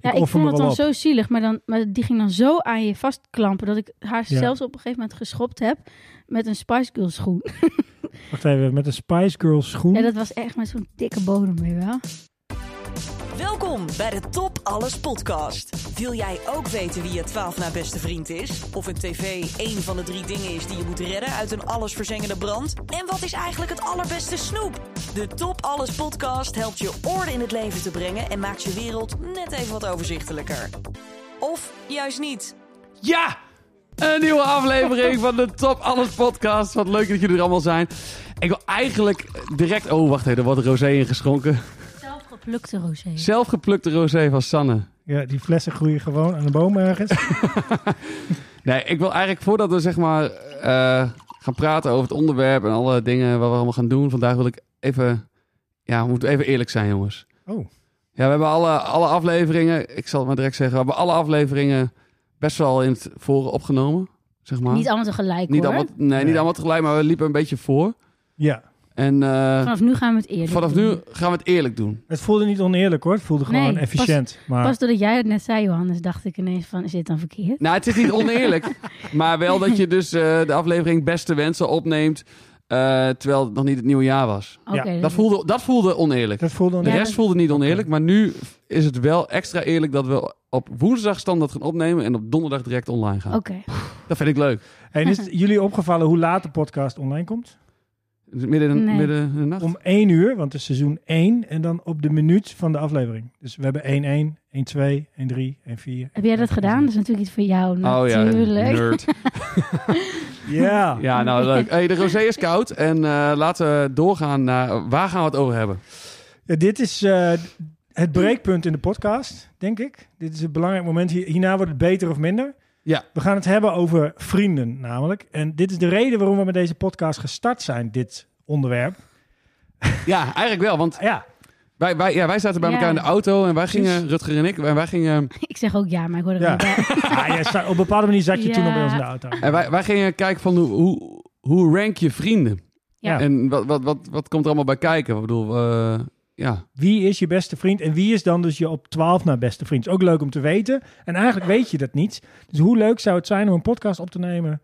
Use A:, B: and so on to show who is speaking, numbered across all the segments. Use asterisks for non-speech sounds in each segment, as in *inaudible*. A: Ja, ik
B: offer
A: vond
B: me
A: het
B: wel
A: dan
B: op.
A: zo zielig, maar, dan, maar die ging dan zo aan je vastklampen dat ik haar
B: Ja.
A: zelfs op een gegeven moment geschopt heb met een Spice Girls schoen.
C: Hm?
B: Wacht even, met een Spice Girls schoen.
A: Ja, dat was echt met zo'n dikke bodem, weet je wel.
D: Welkom bij de Top Alles podcast. Wil jij ook weten wie je 12 na beste vriend is? Of een tv één van de drie dingen is die je moet redden uit een allesverzengende brand? En wat is eigenlijk het allerbeste snoep? De Top Alles podcast helpt je orde in het leven te brengen en maakt je wereld net even wat overzichtelijker. Of juist niet.
C: Ja! Een nieuwe aflevering van de Top Alles podcast. Wat leuk dat jullie er allemaal zijn. Ik wil eigenlijk direct... Oh, wacht even. Er wordt rosé ingeschonken.
A: Zelfgeplukte rosé.
C: Zelfgeplukte rosé van Sanne.
B: Ja, die flessen groeien gewoon aan de boom
A: *laughs*
B: ergens.
C: Nee, ik wil eigenlijk voordat we zeg maar eh, gaan praten over het onderwerp en alle dingen wat we allemaal gaan doen. Vandaag wil ik even... Ja, we moeten even eerlijk zijn, jongens.
B: Oh.
C: Ja, we hebben alle, alle afleveringen... Ik zal het maar direct zeggen. We hebben alle afleveringen best wel in het voren opgenomen. Zeg maar.
A: Niet allemaal tegelijk,
C: Niet
A: hoor.
C: allemaal, nee, niet
B: Nee.
C: allemaal tegelijk, maar we liepen een beetje voor.
B: Ja,
C: En eh,
A: Vanaf nu gaan we het eerlijk
C: vanaf
A: doen.
C: nu gaan we het eerlijk doen.
B: het voelde niet oneerlijk hoor. Het voelde gewoon
A: Nee, pas-
B: efficiënt. maar
A: Pas doordat jij het net zei, Johannes, dacht ik ineens van, is dit dan verkeerd?
C: Nou, het is niet
A: *laughs*
C: oneerlijk. maar wel dat je dus eh, de aflevering Beste Wensen opneemt. eh, terwijl het nog niet het nieuwe jaar was.
A: Oké, dus-
C: Dat voelde, dat voelde oneerlijk.
B: dat voelde
C: De
A: Ja,
B: oneerlijk.
C: rest
A: dat-
C: voelde niet oneerlijk. Maar nu is het wel extra eerlijk dat we op woensdag standaard gaan opnemen. En op donderdag direct online gaan.
A: Oké,
C: Dat vind ik leuk.
B: *laughs* En is het jullie opgevallen hoe laat de podcast online komt?
C: Dus Midden in, de-
A: Nee.
C: midden in de nacht.
B: Om 1 uur, want het is seizoen 1 en dan op de minuut van de aflevering. Dus we hebben 1-1, 1-2, 1-3, 1-4.
A: heb jij dat gedaan? Dat is natuurlijk iets voor jou,
C: Oh ja,
A: natuurlijk. *laughs*
C: nerd. *laughs*
B: Ja.
C: Ja, nou leuk. Hey, de rosé
A: *laughs*
C: is koud. En eh, laten we doorgaan naar... Waar gaan we het over hebben?
B: Ja, dit is eh, het breekpunt in de podcast, denk ik. Dit is het belangrijk moment. Hier- Hierna wordt het beter of minder.
C: Ja.
B: We gaan het hebben over vrienden namelijk. En dit is de reden waarom we met deze podcast gestart zijn, dit onderwerp.
C: Ja, eigenlijk wel. Want
B: Ja,
C: Wij, wij, ja, wij zaten bij
A: Ja.
C: elkaar in de auto en wij
B: Precies.
C: gingen, Rutger en ik, en wij gingen,
A: Ik zeg ook ja, maar ik hoor er
B: Ja.
A: niet
C: *laughs*
A: bij.
B: ah, jij zat- op een bepaalde manier zat je toen al bij
A: Ja.
B: ons in de auto.
C: en wij, wij gingen kijken van hoe, hoe, hoe rank je vrienden?
A: Ja.
C: En wat, wat, wat, wat komt er allemaal bij kijken? Ik bedoel, eh, ja.
B: Wie is je beste vriend en wie is dan dus je op 12 na beste vriend? Is ook leuk om te weten. En eigenlijk weet je dat niet. Dus hoe leuk zou het zijn om een podcast op te nemen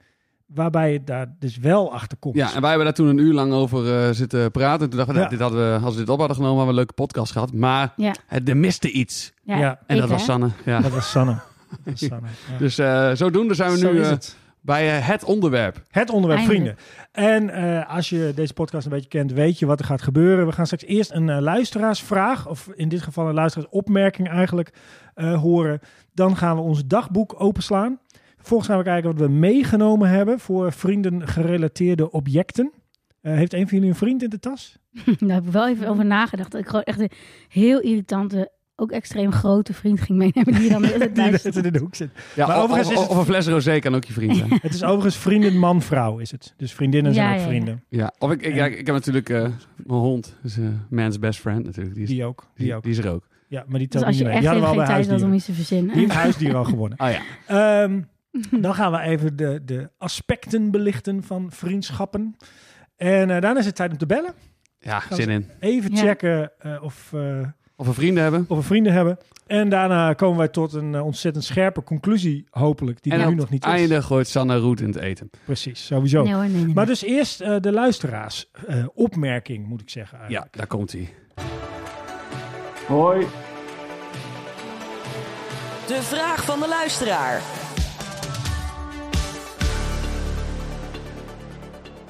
B: waarbij je daar dus wel achter komt?
C: ja, en wij hebben daar toen een uur lang over eh, zitten praten. En toen dachten we, nou,
B: Ja.
C: dit hadden we, als we dit op hadden genomen, hadden we een leuke podcast gehad. Maar
A: Ja.
C: het, er miste iets.
A: Ja,
B: Ja.
C: En
A: ik,
C: dat was
A: hè?
C: Sanne.
B: *laughs*
C: Ja.
B: Dat was Sanne. Dat was Sanne. Ja.
C: Dus eh, zodoende zijn we
B: Zo
C: nu
B: is
C: eh,
B: het.
C: bij eh, het onderwerp.
B: Het onderwerp
A: Eindelijk.
B: vrienden. En eh, als je deze podcast een beetje kent, weet je wat er gaat gebeuren. We gaan straks eerst een eh, luisteraarsvraag, of in dit geval een luisteraarsopmerking eigenlijk, eh, horen. Dan gaan we ons dagboek openslaan. Vervolgens gaan we kijken wat we meegenomen hebben voor vrienden gerelateerde objecten. Eh, heeft een van jullie een vriend in de tas?
A: Daar heb ik wel
B: Mhm.
A: even over nagedacht. Dat ik gewoon echt een heel irritante, ook extreem grote vriend ging meenemen. Die
B: *laughs*
A: dan de hele tijd
B: Die
A: luistert.
B: zit in de hoek zit.
C: Ja,
B: Maar
C: of-
B: overigens
C: of,
B: is het-
C: of een fles rosé kan ook je
B: *laughs*
C: vriend zijn.
B: Het is overigens vrienden man-vrouw is het. Dus vriendinnen
A: Ja,
B: zijn
A: ja,
B: ook
A: ja.
B: vrienden.
C: ja. Of ik, ik, ja, ik heb natuurlijk eh, mijn hond, dus, eh, man's best friend natuurlijk. Die is,
B: Die ook. Die ook.
C: die is er ook.
B: Ja, maar die
A: Dus
B: telt
A: als
B: niet
A: je
B: mee.
A: echt
B: Die hadden
A: even
B: we al
A: geen
B: bij
A: tijd had om
B: huisdieren.
A: iets te
B: Die heeft
A: verzinnen.
B: huisdieren al gewonnen.
C: Ah ja.
B: Ehm, dan gaan we even de, de aspecten belichten van vriendschappen. En eh, daarna is het tijd om te bellen.
C: Ja,
B: Kan
C: zin in.
B: Even
A: Ja.
B: checken eh, of, eh,
C: Of we vrienden hebben.
B: of we vrienden hebben. En daarna komen wij tot een eh, ontzettend scherpe conclusie, hopelijk. Die
C: en
B: er
C: aan
B: nu
C: het
B: nog niet is.
C: einde gooit Sanne Roet in het eten.
B: Precies, sowieso.
A: Nee hoor, nee, nee, nee.
B: Maar dus eerst eh, de luisteraars eh, opmerking, moet ik zeggen.
C: Ja,
B: Eigenlijk.
C: daar komt hij.
E: Hoi,
D: De vraag van de luisteraar.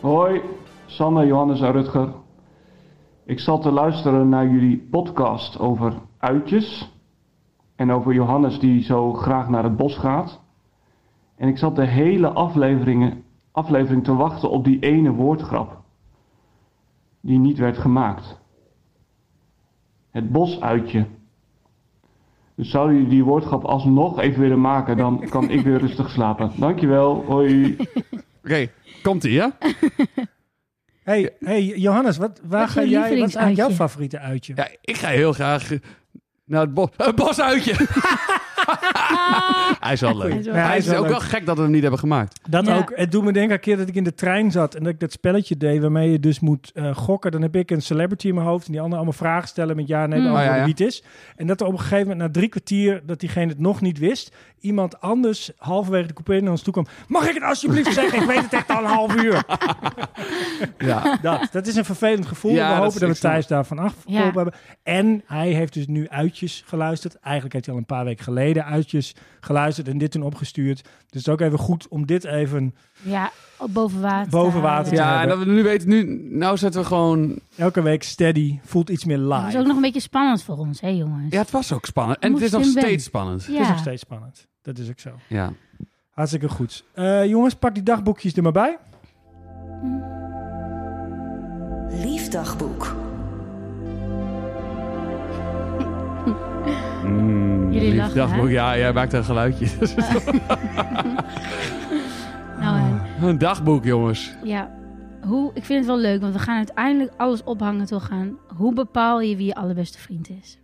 E: hoi, Sanne, Johannes en Rutger. Ik zat te luisteren naar jullie podcast over uitjes. En over Johannes die zo graag naar het bos gaat. En ik zat de hele afleveringen, aflevering te wachten op die ene woordgrap. Die niet werd gemaakt. Het bosuitje. Dus zouden jullie die woordgrap alsnog even willen maken, dan kan ik weer rustig slapen. Dankjewel, hoi.
C: Oké, komt hij, ja?
B: Hey, hey, Johannes, wat, waar
A: Wat is
B: ga
A: jouw
B: jij, wat is eigenlijk jouw
A: lievelingsuitje?
B: favoriete uitje?
C: Ja, ik ga heel graag eh, naar het bos. Een bosuitje! hij is wel leuk.
A: Hij is wel-
B: Ja,
C: hij is,
B: wel
C: ook
B: leuk.
C: wel gek dat we hem niet hebben gemaakt.
B: Dat
A: Ja.
B: ook. Het doet me denken aan een keer dat ik in de trein zat en dat ik dat spelletje deed waarmee je dus moet eh, gokken. Dan heb ik een celebrity in mijn hoofd en die anderen allemaal vragen stellen met ja, nee,
A: Mm.
B: de antwoord
C: Oh, ja, ja.
B: wie het is. En dat er op een gegeven moment na drie kwartier dat diegene het nog niet wist, iemand anders halverwege de coupé naar ons toe kwam. Mag ik het alsjeblieft zeggen? Ik weet het echt al een half uur.
C: Ja.
B: Dat, dat is een vervelend gevoel.
C: Ja,
B: we
C: dat
B: hopen
C: is
B: dat we
C: extreem.
B: Thijs daarvan afgeholpen
A: Ja.
B: hebben. En hij heeft dus nu uitjes geluisterd. Eigenlijk heeft hij al een paar weken geleden uitjes geluisterd en dit toen opgestuurd. Dus het is ook even goed om dit even
A: Ja, op boven water.
B: Boven water.
A: Ja.
B: Ja,
C: ja, en dat we nu weten, nu, nou zetten we gewoon...
B: elke week steady, voelt iets meer live.
A: Dat is ook nog een beetje spannend voor ons, hè jongens?
C: Ja, het was ook spannend. En
A: Moest
C: het is nog
A: in Ben.
C: steeds spannend.
B: Het is nog
A: Ja.
B: steeds spannend. Dat is ook zo.
C: Ja.
B: Hartstikke goed. Eh, jongens, pak die dagboekjes er maar bij.
D: Liefdagboek.
A: Jullie
C: Lief
A: lachen,
C: dagboek.
A: hè?
C: Ja, jij maakt een geluidje.
A: Nou, hè.
C: een dagboek, jongens.
A: Ja, hoe, ik vind het wel leuk, want we gaan uiteindelijk alles ophangen toch aan hoe bepaal je wie je allerbeste vriend is.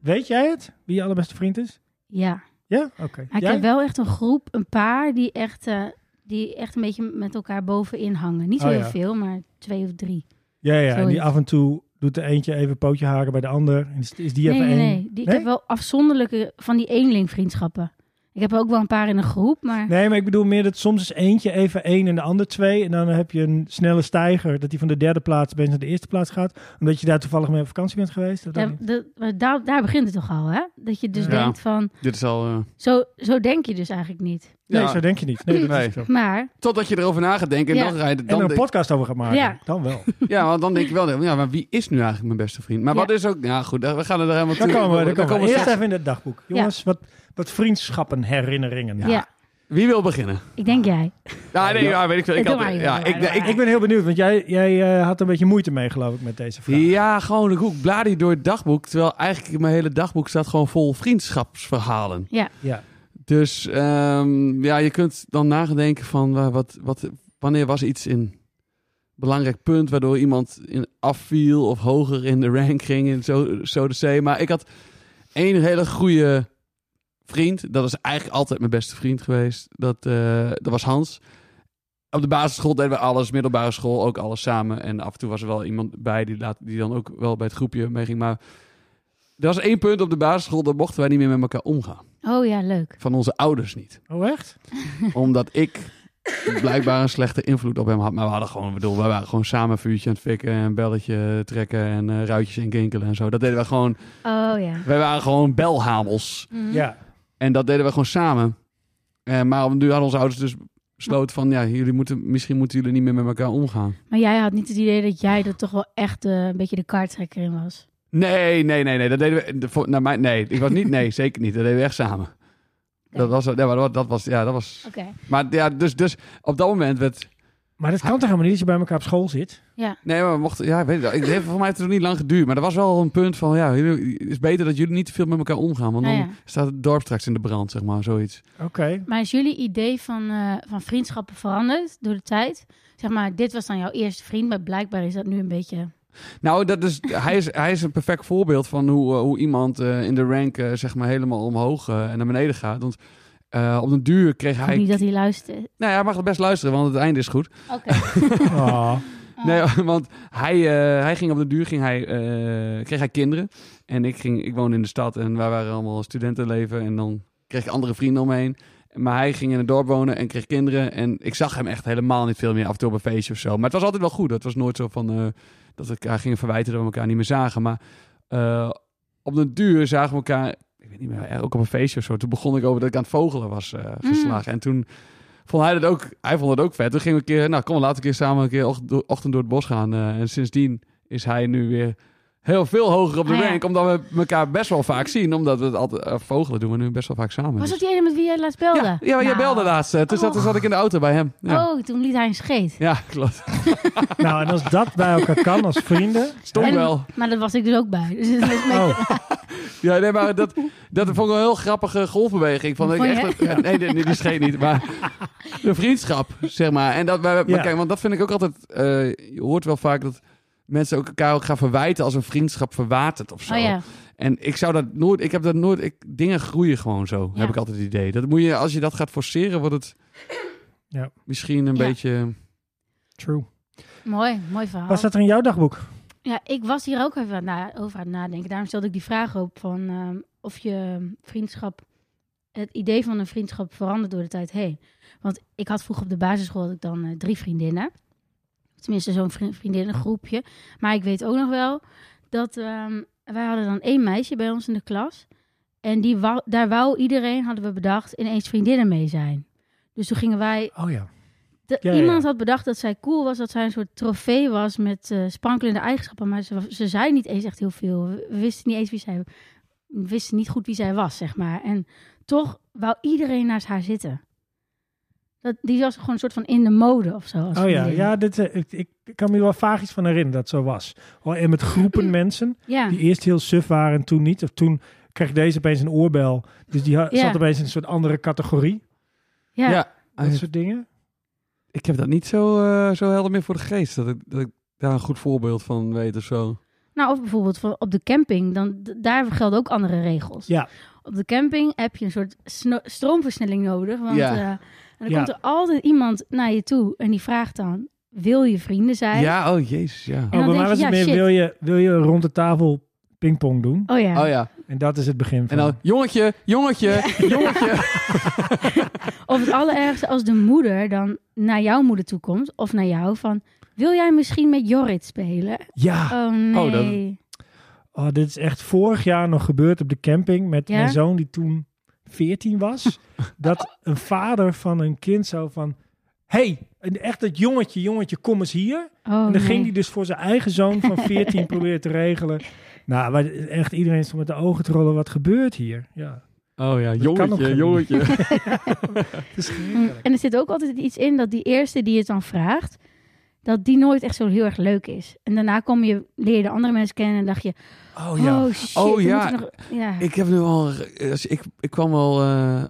B: Weet jij het? Wie je allerbeste vriend is?
A: Ja,
B: Ja? Oké.
A: maar ik
B: Jij?
A: heb wel echt een groep, een paar die echt, eh, die echt een beetje met elkaar bovenin hangen. Niet zo
B: Oh,
A: heel
B: ja.
A: veel, maar twee of drie.
B: Ja, ja. En die
A: Zoiets.
B: af en toe doet de eentje even pootje haken bij de ander. En is, is die
A: nee,
B: even
A: nee,
B: één?
A: nee. Die, Ik heb wel afzonderlijke van die eenlingvriendschappen. Ik heb er ook wel een paar in een groep, maar
B: Nee, maar ik bedoel meer dat soms is eentje even één en de ander twee. En dan heb je een snelle stijger dat die van de derde plaats bijna naar de eerste plaats gaat. Omdat je daar toevallig mee op vakantie bent geweest. Dat
A: daar,
B: ook niet.
A: dat- maar daar, daar begint het toch al, hè? Dat je dus
C: Ja.
A: denkt van,
C: Dit is al... eh,
A: zo, zo denk je dus eigenlijk niet.
B: Nee,
C: ja.
B: zo denk je niet. Nee, dat
C: Nee.
B: Is zo.
A: Maar
C: Totdat je erover na gaat denken. En
A: Ja.
C: dan ga je... Dan
B: En er een
C: denk-
B: podcast over gaat maken.
A: Ja.
B: Dan wel.
C: Ja, want dan denk ik wel, ja, maar wie is nu eigenlijk mijn beste vriend? Maar
A: Ja.
C: wat is ook, ja goed, daar- we gaan er helemaal toe.
B: Dan komen we. Dan
C: Dan
B: komen we.
C: komen we
B: Eerst
C: straks.
B: even in het dagboek. Jongens, wat, wat vriendschappen, herinneringen.
A: ja,
C: Wie wil beginnen?
A: ik denk jij.
C: Ja, nee, ja, weet ik veel. Ik
A: Doe
C: had-
A: maar,
C: ja,
A: doe
C: ik,
A: maar, doe
C: ik,
A: maar.
B: Ik ben heel benieuwd, want jij, jij eh, had een beetje moeite mee, geloof ik, met deze vraag.
C: ja, gewoon de hoek bladie door het dagboek. Terwijl eigenlijk mijn hele dagboek staat gewoon vol vriendschapsverhalen.
A: Ja.
B: Ja.
C: Dus ehm, ja, je kunt dan nagedenken van wa- wat, wat, wanneer was iets een belangrijk punt waardoor iemand in afviel of hoger in de rank ging en zo, zo de zee. Maar ik had één hele goede vriend. Dat is eigenlijk altijd mijn beste vriend geweest. Dat, eh, dat was Hans. Op de basisschool deden we alles, middelbare school ook alles samen. En af en toe was er wel iemand bij die, laat, die dan ook wel bij het groepje mee ging. Maar er was één punt op de basisschool, dat mochten wij niet meer met elkaar omgaan
A: Oh ja, leuk.
C: van onze
B: *laughs*
C: ouders niet.
B: Oh, echt?
C: Omdat ik blijkbaar een slechte invloed op hem had. Maar we hadden gewoon, ik bedoel, we waren gewoon samen vuurtje aan het fikken en belletje trekken en eh, ruitjes en kinkelen en zo. Dat deden we gewoon.
A: Oh ja.
C: Wij waren gewoon belhamels.
A: Mhm.
B: Ja.
C: En dat deden we gewoon samen. Eh, maar op nu hadden onze ouders dus besloten van, ja, jullie moeten, misschien moeten jullie niet meer met elkaar omgaan.
A: Maar jij had niet het idee dat jij er toch wel echt eh, een beetje de kaarttrekker in was.
C: Nee, nee, nee, nee. Dat deden we. de- Voor, naar mij, nee, ik was niet. Nee, zeker niet. Dat deden we echt samen. Dat was, nee, maar dat, dat was, ja, dat was.
A: Oké.
C: Maar ja, dus, dus op dat moment werd
B: Maar dat kan toch helemaal niet dat je bij elkaar op school zit?
C: Nee, maar we mochten, ja, weet ik, wel. het heeft voor mij heeft het nog niet lang geduurd. Maar er was wel een punt van, ja, jullie- het is beter dat jullie niet te veel met elkaar omgaan. Want dan
A: Nou ja.
C: staat het dorp straks in de brand, zeg maar, zoiets.
B: Oké.
A: Maar is jullie idee van, eh, van vriendschappen veranderd door de tijd? Zeg maar, dit was dan jouw eerste vriend, maar blijkbaar is dat nu een beetje...
C: Nou, dat is, hij, is, hij is een perfect voorbeeld van hoe, eh, hoe iemand eh, in de rank, eh, zeg maar, helemaal omhoog eh, en naar beneden gaat. Want eh, op den duur kreeg
A: Ik hoop
C: hij...
A: niet dat hij luistert.
C: Nou ja, hij mag best luisteren, want het einde is goed.
A: Oké.
B: *laughs* Oh.
A: Ah.
C: Nee, *laughs* want hij, eh, hij ging op de duur ging hij, eh, kreeg hij kinderen. En ik, ging, ik woonde in de stad en wij waren allemaal studentenleven. En dan kreeg ik andere vrienden om me heen. Maar hij ging in het dorp wonen en kreeg kinderen. En ik zag hem echt helemaal niet veel meer af en toe op een feestje of zo. Maar het was altijd wel goed. Het was nooit zo van eh, dat we elkaar gingen verwijten dat we elkaar niet meer zagen. Maar eh, op de duur zagen we elkaar, ik weet niet meer, eh, ook op een feestje of zo. Toen begon ik over dat ik aan het vogelen was
A: Mm.
C: eh, geslagen. En toen vond hij dat ook, hij vond het ook vet. Toen gingen we een keer, nou kom, laten we een keer samen een keer och- do- ochtend door het bos gaan. eh, en sindsdien is hij nu weer heel veel hoger op de
A: Ah, ja.
C: rank, omdat we elkaar best wel vaak zien. Omdat we het altijd, eh, vogelen doen we nu best wel vaak samen.
A: Was
C: Dus-
A: dat die ene met wie jij laatst belde?
C: ja, ja, maar jij
A: Nou.
C: belde laatst. eh, Toen zat, toen zat ik in de auto bij hem. Ja,
A: Oh, toen liet hij een scheet.
C: ja klopt.
B: nou, en als dat bij elkaar kan als vrienden...
C: Stom
A: En-
C: wel.
A: Maar dat was ik dus ook bij. Dus het was een beetje-
B: Oh,
C: Ja, nee, maar dat, dat vond ik wel een heel grappige golfbeweging. Van, dat
A: *laughs*
C: ik
A: Vond je?
C: echt, ja, nee, nee, nee, die scheet niet. Maar de vriendschap, zeg maar. En dat, maar, maar
B: Ja.
C: kijk, want dat vind ik ook altijd... eh, je hoort wel vaak dat mensen ook elkaar ook gaan verwijten als een vriendschap verwatert of zo.
A: oh ja.
C: En ik zou dat nooit, ik heb dat nooit, ik, dingen groeien gewoon zo,
A: Ja.
C: heb ik altijd het idee. Dat moet je, als je dat gaat forceren, wordt het
B: Ja.
C: misschien een
A: Ja.
C: beetje...
B: True.
A: Mooi, mooi verhaal.
B: Wat staat er in jouw dagboek?
A: Ja, ik was hier ook even na, over aan het nadenken. Daarom stelde ik die vraag op van ehm, of je vriendschap, het idee van een vriendschap verandert door de tijd heen. Want ik had vroeger op de basisschool had ik dan eh, drie vriendinnen. Tenminste, zo'n vriend, vriendinnengroepje. Maar ik weet ook nog wel dat ehm, wij hadden dan één meisje bij ons in de klas. En die wou, daar wou iedereen, hadden we bedacht, ineens vriendinnen mee zijn. Dus toen gingen wij
B: Oh ja.
A: de-
B: Ja, ja, ja.
A: iemand had bedacht dat zij cool was, dat zij een soort trofee was met eh, sprankelende eigenschappen, maar ze, wa- ze zei niet eens echt heel veel. We we wisten niet eens wie zij, we wisten niet goed wie zij was, zeg maar. En toch wou iedereen naast haar zitten. Dat, die was gewoon een soort van in de mode of zo. Als
B: Oh ja,
A: vriendin.
B: ja dit, eh, ik, ik ik kan me hier wel vaag iets van herinneren dat het zo was. Oh, en met
A: *clears throat*
B: groepen mensen
A: ja.
B: die eerst heel suf waren en toen niet. Of toen kreeg deze opeens een oorbel. Dus die ha-
A: Ja.
B: zat opeens in een soort andere categorie.
A: ja.
C: Oh,
B: Dat soort dingen.
C: ik heb dat niet zo, eh, zo helder meer voor de geest, dat ik, dat ik daar een goed voorbeeld van weet of zo.
A: Nou, of bijvoorbeeld van op de camping, dan, d- daar gelden ook andere regels.
B: Ja.
A: Op de camping heb je een soort sno- stroomversnelling nodig. Want
C: Ja.
A: eh, en dan
B: Ja.
A: komt er altijd iemand naar je toe en die vraagt dan: Wil je vrienden zijn?
C: Ja, oh jezus, ja.
A: En
B: Oh,
A: dan
B: bij mij
A: denk
B: was
A: je,
B: het
A: ja,
B: meer,
A: shit.
B: wil je, wil je rond de tafel pingpong doen?
A: Oh ja.
C: Oh ja,
B: En dat is het begin
C: en
B: van.
C: dan jongetje, jongetje, jongetje.
A: Of het allerergste als de moeder dan naar jouw moeder toe komt of naar jou van: Wil jij misschien met Jorrit spelen?
B: ja,
A: Oh nee.
C: dat-
B: oh, dit is echt vorig jaar nog gebeurd op de camping met
A: Ja?
B: mijn zoon die toen 14 was.
A: *laughs*
B: dat een vader van een kind zo van... hey, en echt dat jongetje, jongetje, kom eens hier.
A: Oh,
B: en dan ging
A: nee.
B: hij dus voor zijn eigen zoon
A: *laughs*
B: van 14 proberen te regelen. Nou, maar echt iedereen stond met de ogen te rollen. Wat gebeurt hier? Ja,
C: Oh ja,
B: Dat kan ook
C: jongetje,
B: geen- *laughs*
C: jongetje.
B: het is
A: Mm, En er zit ook altijd iets in dat die eerste die het dan vraagt, dat die nooit echt zo heel erg leuk is. En daarna kom je, leer je de andere mensen kennen en dacht je,
B: Oh
A: oh,
B: ja.
A: shit,
C: Oh,
A: dan
C: ja.
A: moet ik nog- ja.
C: Ik heb nu al, als ik, ik kwam al eh,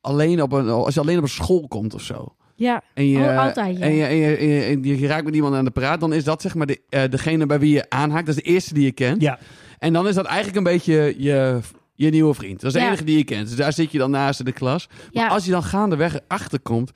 C: alleen op een, als je alleen op een school komt of zo.
A: ja,
C: En je,
A: Oh, altijd, ja.
C: en je, en je, en je, en je- je raakt met iemand aan de praat, dan is dat zeg maar de, eh, degene bij wie je aanhaakt. Dat is de eerste die je kent.
B: Ja.
C: En dan is dat eigenlijk een beetje je, je nieuwe vriend. Dat is de
A: Ja.
C: enige die je kent. Dus daar zit je dan naast in de klas. Maar
A: Ja.
C: als je dan gaandeweg erachter komt,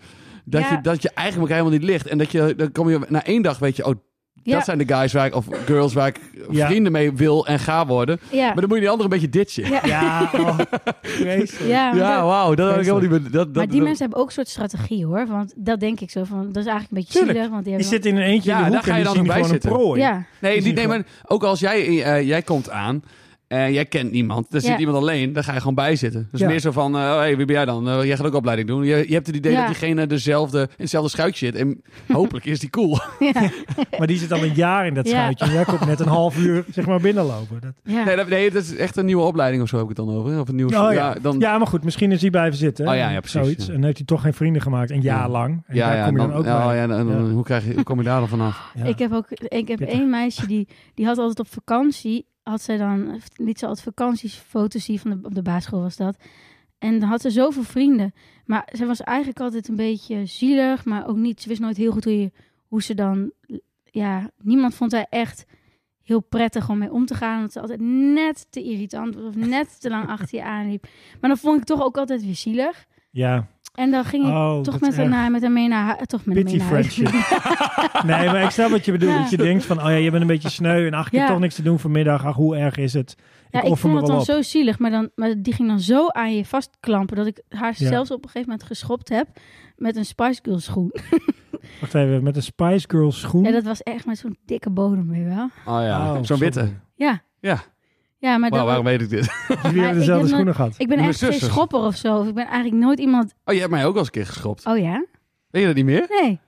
C: dat,
A: Ja.
C: je, dat je eigenlijk elkaar helemaal niet ligt. En dat je, dan kom je na één dag, weet je, oh,
A: ja,
C: dat zijn de guys waar ik, of girls waar ik
B: Ja.
C: vrienden mee wil en ga worden.
A: ja.
C: Maar dan moet je die andere een beetje ditchen.
A: Ja.
B: Ja,
A: *laughs*
B: oh, vreselijk.
A: Ja, maar
C: Ja,
A: dat-
C: wauw. Dat had ik helemaal niet... be- Dat, dat,
A: maar die
C: dat-
A: mensen hebben ook een soort strategie hoor. Want dat denk ik zo van, dat is eigenlijk een beetje
B: Tuurlijk.
A: zielig. Want die
B: Je
A: hebben
B: zit in een eentje
C: Ja,
B: in de
C: daar
B: hoek
C: ga
B: en
C: je
B: je
C: dan
B: ziet
C: ook bij
B: gewoon een
C: zitten.
B: prooi.
A: ja,
C: Nee,
B: Dus
C: die,
B: je
C: nee, maar ook als jij, eh, jij komt aan en jij kent niemand, er zit
A: Ja.
C: iemand alleen, dan ga je gewoon bij zitten. Dus
B: Ja.
C: meer zo van, eh, oh, hey, wie ben jij dan? Eh, jij gaat ook opleiding doen. Je, je hebt het idee
A: Ja.
C: dat diegene dezelfde, in hetzelfde schuitje zit en *laughs* hopelijk is die cool.
A: ja,
B: Maar die zit al een jaar in dat
A: Ja.
B: schuitje. En jij komt net een half uur zeg maar binnenlopen. Dat...
A: ja.
C: Nee, dat, nee, dat is echt een nieuwe opleiding of zo heb ik het dan over. Of een nieuw,
B: Oh, ja.
C: dan,
B: Ja, maar goed, misschien is hij blijven zitten.
C: Oh ja, ja, precies,
B: Zoiets.
C: ja.
B: En heeft hij toch geen vrienden gemaakt, een jaar
C: Ja.
B: lang. En
C: ja,
B: daar
C: ja,
B: kom je dan,
C: dan-
B: ook
C: oh,
B: bij.
C: ja, dan- dan- Hoe, krijg je, hoe kom je daar dan vanaf?
B: Ja.
A: Ik heb ook ik heb
B: Pittig.
A: één meisje die, die had altijd op vakantie. Had zij dan, liet ze altijd vakantiefoto's zien van de, op de basisschool was dat. En dan had ze zoveel vrienden. Maar ze was eigenlijk altijd een beetje zielig, maar ook niet. Ze wist nooit heel goed hoe, je, hoe ze dan. Ja, niemand vond haar echt heel prettig om mee om te gaan. Omdat ze altijd net te irritant was of net te lang achter je aanliep. Maar dan vond ik toch ook altijd weer zielig.
B: ja.
A: En dan ging ik
B: Oh,
A: toch
B: dat
A: met
B: is
A: haar,
B: erg.
A: naar- met haar mee naar hu- Toch met haar mee
B: Pity
A: naar huis.
B: friendship. *laughs* nee, maar ik snap wat je bedoelt.
A: Ja.
B: Dat je denkt van, oh ja, je bent een beetje sneu. En ach, ik
A: Ja.
B: heb toch niks te doen vanmiddag. Ach, hoe erg is het? Ik
A: Ja, ik
B: offer
A: vond
B: me
A: het
B: wel
A: dan
B: op.
A: zo zielig, maar, dan, maar die ging dan zo aan je vastklampen dat ik haar
B: Ja.
A: zelfs op een gegeven moment geschopt heb met een Spice Girl schoen.
B: Hm? Wacht even, met een Spice Girls schoen.
A: Ja, dat was echt met zo'n dikke bodem, weet je wel.
C: Oh ja,
B: Oh,
C: zo'n
B: sorry.
C: witte.
A: Ja.
C: Ja.
A: Ja, maar
C: Wauw,
A: dat,
C: waarom weet ik dit?
B: Jullie
A: Maar ik
B: hebben dezelfde
A: heb nog-
B: schoenen gehad.
A: ik ben
C: Mijn
A: echt geen
C: zussen.
A: schopper of zo. Of ik ben eigenlijk nooit iemand...
C: Oh, je hebt mij ook al eens een keer geschopt.
A: Oh ja?
C: Weet je dat niet meer?
A: Nee.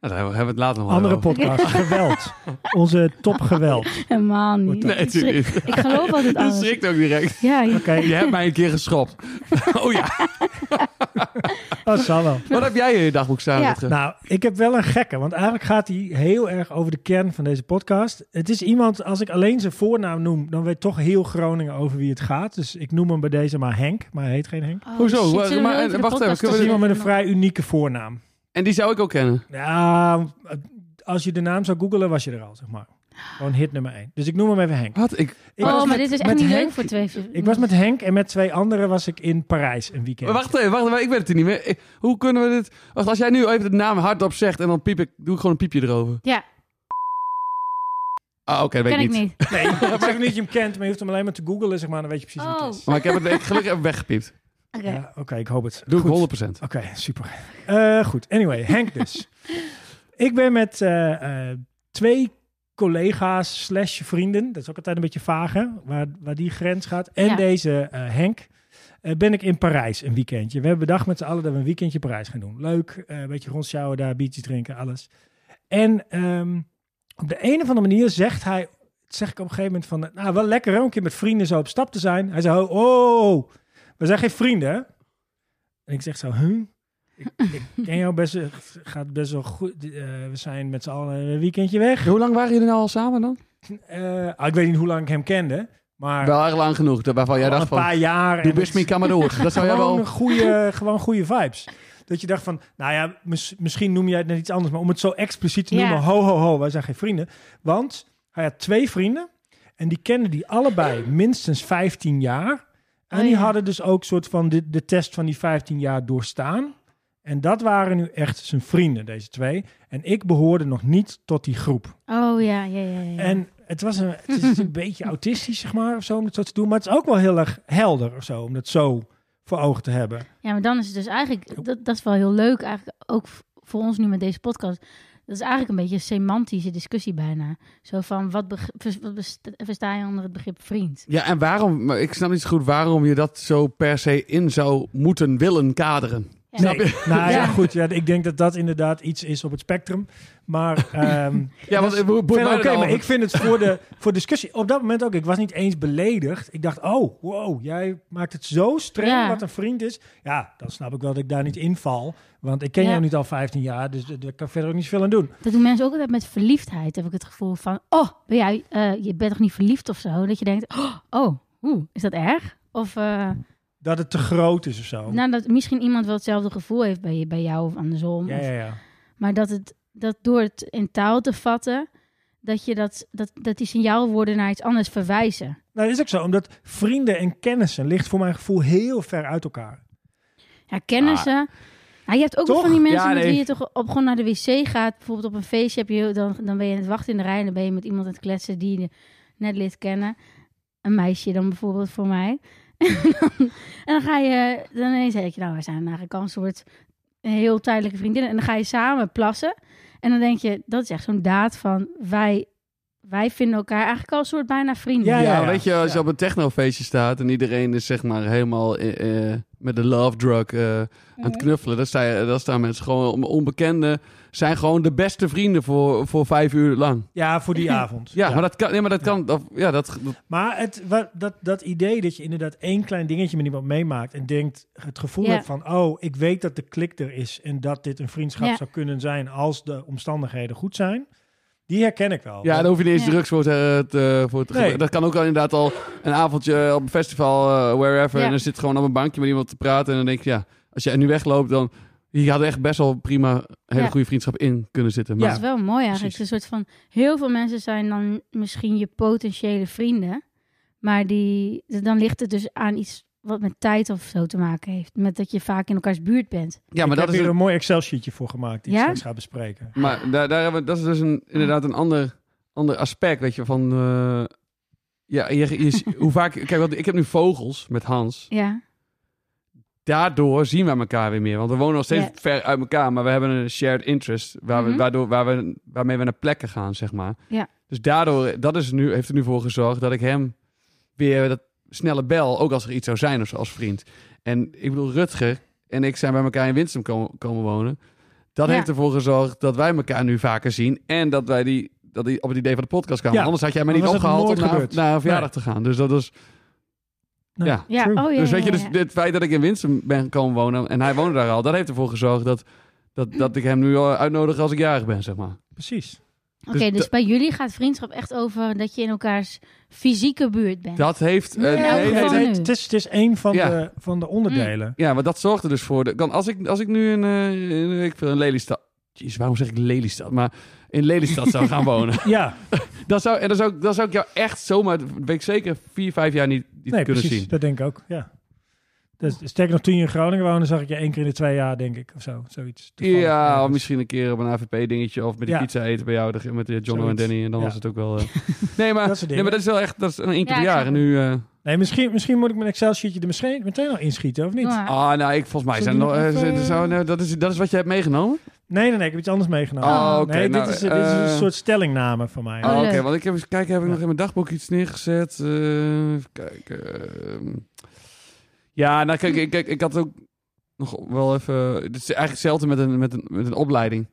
C: Nou, daar hebben we het later nog wel *laughs*
B: Andere
C: over.
B: podcast, geweld. Onze
A: *laughs*
B: topgeweld.
A: Helemaal niet.
B: Nee,
C: Nee,
A: ik, schrik- *laughs*
C: natuurlijk niet.
A: ik geloof
C: *laughs*
A: altijd
C: Dat
A: alles.
C: schrikt ook direct.
A: Ja, je-
B: Oké,
C: Je hebt mij een keer geschopt. *laughs* Oh ja.
B: dat zal wel.
C: Wat heb jij in je dagboek staan?
A: Ja.
C: Rutger?
B: Nou, ik heb wel een gekke, want eigenlijk gaat hij heel erg over de kern van deze podcast. Het is iemand, als ik alleen zijn voornaam noem, dan weet toch heel Groningen over wie het gaat. Dus ik noem hem bij deze maar Henk, maar hij heet geen Henk.
A: Oh,
C: Hoezo?
A: shit,
C: Wa-
A: zullen we
C: maar-
A: wel
C: en-
A: even de
C: wacht even,
A: podcast
B: Het
C: kunnen
B: is
C: we-
B: iemand met een
A: nog-
B: vrij unieke voornaam.
C: En die zou ik ook kennen.
B: Nou, Ja, als je de naam zou googelen, was je er al, zeg maar. Gewoon hit nummer één. Dus ik noem hem even Henk.
C: Wat? Ik,
B: Ik
A: oh,
B: was
A: maar
B: met-
A: dit is echt
B: met
A: niet
B: Henk-
A: leuk voor twee.
B: Ik was met Henk en met twee anderen was ik in Parijs een
C: maar
B: weekend.
C: wacht even, wacht even, ik weet het hier niet meer. Ik- Hoe kunnen we dit... Wacht, als jij nu even de naam hardop zegt en dan piep ik, doe ik gewoon een piepje erover.
A: Ja,
C: Ah, oké, dat
A: ken
C: weet
A: ik
C: ik
A: niet.
B: Nee, ik zeg ook niet dat je hem kent, maar je hoeft hem alleen maar te googlen, zeg maar, dan weet je precies wie
A: Oh,
B: het
A: oké.
B: is.
C: Maar ik heb het ik, gelukkig even weggepiept.
B: Ja, Oké, ik hoop het.
C: Doe
B: Goed.
C: ik 100%.
B: Oké, super. Eh, goed, anyway, Henk dus. ik ben met eh, eh, twee collega's slash vrienden, dat is ook altijd een beetje vaag hè, waar, waar die grens gaat, en
A: Ja.
B: deze eh, Henk, eh, ben ik in Parijs een weekendje. We hebben bedacht met z'n allen dat we een weekendje Parijs gaan doen. Leuk, eh, een beetje rondsjouwen daar, biertjes drinken, alles. En ehm, op de een of andere manier zegt hij, zeg ik op een gegeven moment van, nou wel lekker hè, om een keer met vrienden zo op stap te zijn. Hij zei, oh, oh, oh, we zijn geen vrienden hè. En ik zeg zo, huh? Ik, *laughs* ik ken jou best, het gaat best wel goed. Eh, we zijn met z'n allen een weekendje weg.
C: Hoe lang waren jullie nou al samen dan?
B: Eh, ah, ik weet niet hoe lang ik hem kende, maar
C: Wel erg lang genoeg, dat- waarvan jij
B: al
C: dacht
B: een
C: van...
B: paar jaar.
C: Doe
B: en
C: best mijn kamer Dat zou jij
B: gewoon,
C: wel... *laughs*
B: goede, gewoon goede vibes. Dat je dacht van, nou ja, mis- misschien noem jij het net iets anders, maar om het zo expliciet te
A: Ja.
B: noemen, ho, ho, ho, wij zijn geen vrienden. Want hij had twee vrienden en die kenden die allebei minstens 15 jaar. En
A: Oh
B: die
A: ja.
B: hadden dus ook soort van de, de test van die 15 jaar doorstaan. En dat waren nu echt zijn vrienden, deze twee. En ik behoorde nog niet tot die groep.
A: Oh ja, ja, ja. ja.
B: En het, was een, het is
A: *laughs*
B: een beetje autistisch, zeg maar, of zo, om dat zo te doen. Maar het is ook wel heel erg helder of zo, om dat zo voor ogen te hebben.
A: Ja, maar dan is het dus eigenlijk, dat, dat is wel heel leuk eigenlijk, ook v- voor ons nu met deze podcast. Dat is eigenlijk een beetje een semantische discussie bijna. Zo van, wat, beg- vers- wat best- versta je onder het begrip vriend?
C: Ja, en waarom... maar Ik snap niet zo goed waarom je dat zo per se in zou moeten willen kaderen.
A: Ja.
B: Nee, nou ja,
A: Ja.
B: goed. Ja, ik denk dat dat inderdaad iets is op het spectrum.
C: *laughs*
B: Maar, ehm
C: Ja, want het boeit mij
B: verder
C: dat
B: oké,
C: al.
B: maar ik vind het voor, de, voor discussie op dat moment ook. Ik was niet eens beledigd. Ik dacht, oh, wow, jij maakt het zo streng
A: Ja.
B: wat een vriend is. Ja, dan snap ik wel dat ik daar niet inval. Want ik ken
A: Ja.
B: jou niet al 15 jaar, dus d- daar kan ik verder ook niet zoveel aan doen.
A: Dat doen mensen ook altijd met verliefdheid, heb ik het gevoel van, oh, ben jij, eh, je bent toch niet verliefd of zo? Dat je denkt, oh, oh oeh, is dat erg? Of eh,
B: Dat het te groot is of zo.
A: nou, dat misschien iemand wel hetzelfde gevoel heeft bij, bij jou of andersom.
B: ja,
A: of-
B: ja, ja.
A: Maar dat, het, dat door het in taal te vatten, dat, je dat, dat, dat die signaalwoorden naar iets anders verwijzen.
B: Nou, dat is ook zo, omdat vrienden en kennissen ligt voor mijn gevoel heel ver uit elkaar.
A: Ja, kennissen. Nou, je hebt ook wel
B: Toch?
A: van die mensen
C: Ah. Ja,
A: met
C: nee.
A: wie je toch op, gewoon naar de wc gaat. Bijvoorbeeld op een feestje, heb je, heel- dan, dan ben je aan het wachten in de rij en dan ben je met iemand aan het kletsen die je net leert kennen. Een meisje dan bijvoorbeeld voor mij. *laughs* en dan ga je, dan ineens denk je, nou, we zijn eigenlijk al een soort heel tijdelijke vriendinnen. En dan ga je samen plassen. En dan denk je, dat is echt zo'n daad van wij, wij vinden elkaar eigenlijk al een soort bijna vrienden.
B: Ja,
C: Ja,
B: ja, ja.
C: weet je, als je
B: Ja.
C: op een technofeestje staat en iedereen is zeg maar helemaal eh, eh, met de love drug eh, aan het knuffelen, dan, sta je, dan staan mensen gewoon, onbekenden zijn gewoon de beste vrienden voor, voor vijf uur lang.
B: Ja, voor
A: *laughs*
B: die avond.
C: Ja, maar dat kan, nee, maar dat kan, dat- ja, dat, dat-
B: Maar het, wa- dat, dat idee dat je inderdaad één klein dingetje met iemand meemaakt en denkt, het gevoel
A: Ja.
B: hebt van, oh, ik weet dat de klik er is en dat dit een vriendschap
A: Ja.
B: zou kunnen zijn als de omstandigheden goed zijn, die herken ik wel.
C: ja, daar hoef je niet eens
A: Ja.
C: drugs voor te, eh, te- voor te
B: Nee.
C: gebruiken. Dat kan ook al inderdaad al een avondje op een festival, eh, wherever,
A: Ja.
C: en dan zit gewoon op een bankje met iemand te praten en dan denk je, ja, als jij nu wegloopt, dan je had echt best wel prima hele
A: Ja.
C: goede vriendschap in kunnen zitten.
A: Dat
C: Maar,
A: is wel mooi eigenlijk.
B: precies.
A: Een soort van heel veel mensen zijn dan misschien je potentiële vrienden, maar die dan ligt het dus aan iets wat met tijd of zo te maken heeft, met dat je vaak in elkaars buurt bent.
C: ja,
B: maar
C: maar
B: ik heb
C: dat is dus
B: hier
C: het-
B: een mooi Excel-sheetje voor gemaakt die ik
A: Ja?
B: straks ga bespreken.
C: Maar daar, daar hebben, we- dat is dus een, inderdaad een ander, ander aspect, weet je, van... eh, ja, je, je- hoe vaak... Kijk, want ik heb nu vogels met Hans.
A: Ja,
C: Daardoor zien we elkaar weer meer. Want we wonen nog steeds
A: Ja.
C: ver uit elkaar, maar we hebben een shared interest... Waar we,
A: Mhm.
C: waardoor, waar we, waarmee we naar plekken gaan, zeg maar.
A: Ja.
C: Dus daardoor, dat is nu, heeft er nu voor gezorgd dat ik hem weer dat snelle bel... ook als er iets zou zijn of zo, als vriend. En ik bedoel, Rutger en ik zijn bij elkaar in Winsum komen, komen wonen. Dat
A: Ja.
C: heeft ervoor gezorgd dat wij elkaar nu vaker zien. En dat wij die, dat die op het idee van de podcast kwamen.
B: Ja.
C: Anders had jij mij niet
B: Anders was het
C: opgehaald om
B: nooit
C: naar,
B: gebeurd.
C: naar een verjaardag te gaan. Dus dat is.
B: Nee.
C: Ja.
A: ja.
B: Nou, True.
A: Oh ja.
C: dus weet je,
A: ja,
C: dus
A: ja.
C: het feit dat ik in Winsum ben komen wonen en hij woonde daar al, dat heeft ervoor gezorgd dat, dat, dat ik hem nu al uitnodig als ik jarig ben, zeg maar.
B: Precies.
A: Oké,
C: dus
A: dus,
C: da-
A: bij jullie gaat vriendschap echt over dat je in elkaars fysieke buurt bent.
C: Dat heeft. een
A: elk
C: hele-
A: geval.
B: het,
A: nu.
B: heet- het is, het is één van,
C: Ja.
B: de, van de onderdelen.
C: Ja, maar dat zorgt er dus voor. dat- kan, als, ik, als ik nu een, eh, een, weet ik veel, een Lelystad. Jezus, waarom zeg ik Lelystad? Maar in Lelystad zou gaan
B: *laughs*
C: wonen.
A: Mm.
B: Ja,
C: Dan zou, en dan zou, ik- dan zou ik jou echt zomaar, dat weet ik zeker, vier, vijf jaar niet, niet
B: nee,
C: kunnen
B: precies.
C: zien.
B: Dat denk ik ook, ja. Dus, sterker nog, toen je in Groningen woonde, zag ik je één keer in de twee jaar, denk ik, of zo. Zoiets. Toevallig
C: Ja, of
B: ergens.
C: misschien een keer op een AVP-dingetje of met de
B: Ja.
C: pizza eten bij jou de- met eh, John en
B: Zoiets.
C: Danny. En dan
B: Ja.
C: was het ook
B: *laughs*
C: wel. eh, nee, maar,
B: Dat soort
C: nee,
B: dingen.
C: maar dat is wel echt dat is een één keer
A: Ja,
C: per
A: ik
C: jaar.
A: snap
C: En nu. eh,
B: Nee, misschien, misschien moet ik mijn Excel-sheetje er misschien meteen al inschieten, of niet?
A: Ja.
C: Ah, nou, ik volgens mij
B: Zullen
C: zijn er nog.
B: we nog
C: eh, ze-
B: even-
C: er zou- nee, dat, is, dat is wat je hebt meegenomen.
B: Nee, nee, nee, ik heb iets anders meegenomen.
C: Oh, oké,
B: nee,
C: nou,
B: dit, is, dit is een
C: eh,
B: soort stellingname van mij.
A: Oh,
C: Ah, Oké,
A: leuk.
C: want ik heb eens kijken, heb ik
B: Ja.
C: nog in mijn dagboek iets neergezet. Eh, even kijken. ehm. ja, nou kijk, ik- kijk, ik had ook nog wel even. Het is eigenlijk hetzelfde met een, met een, met een opleiding.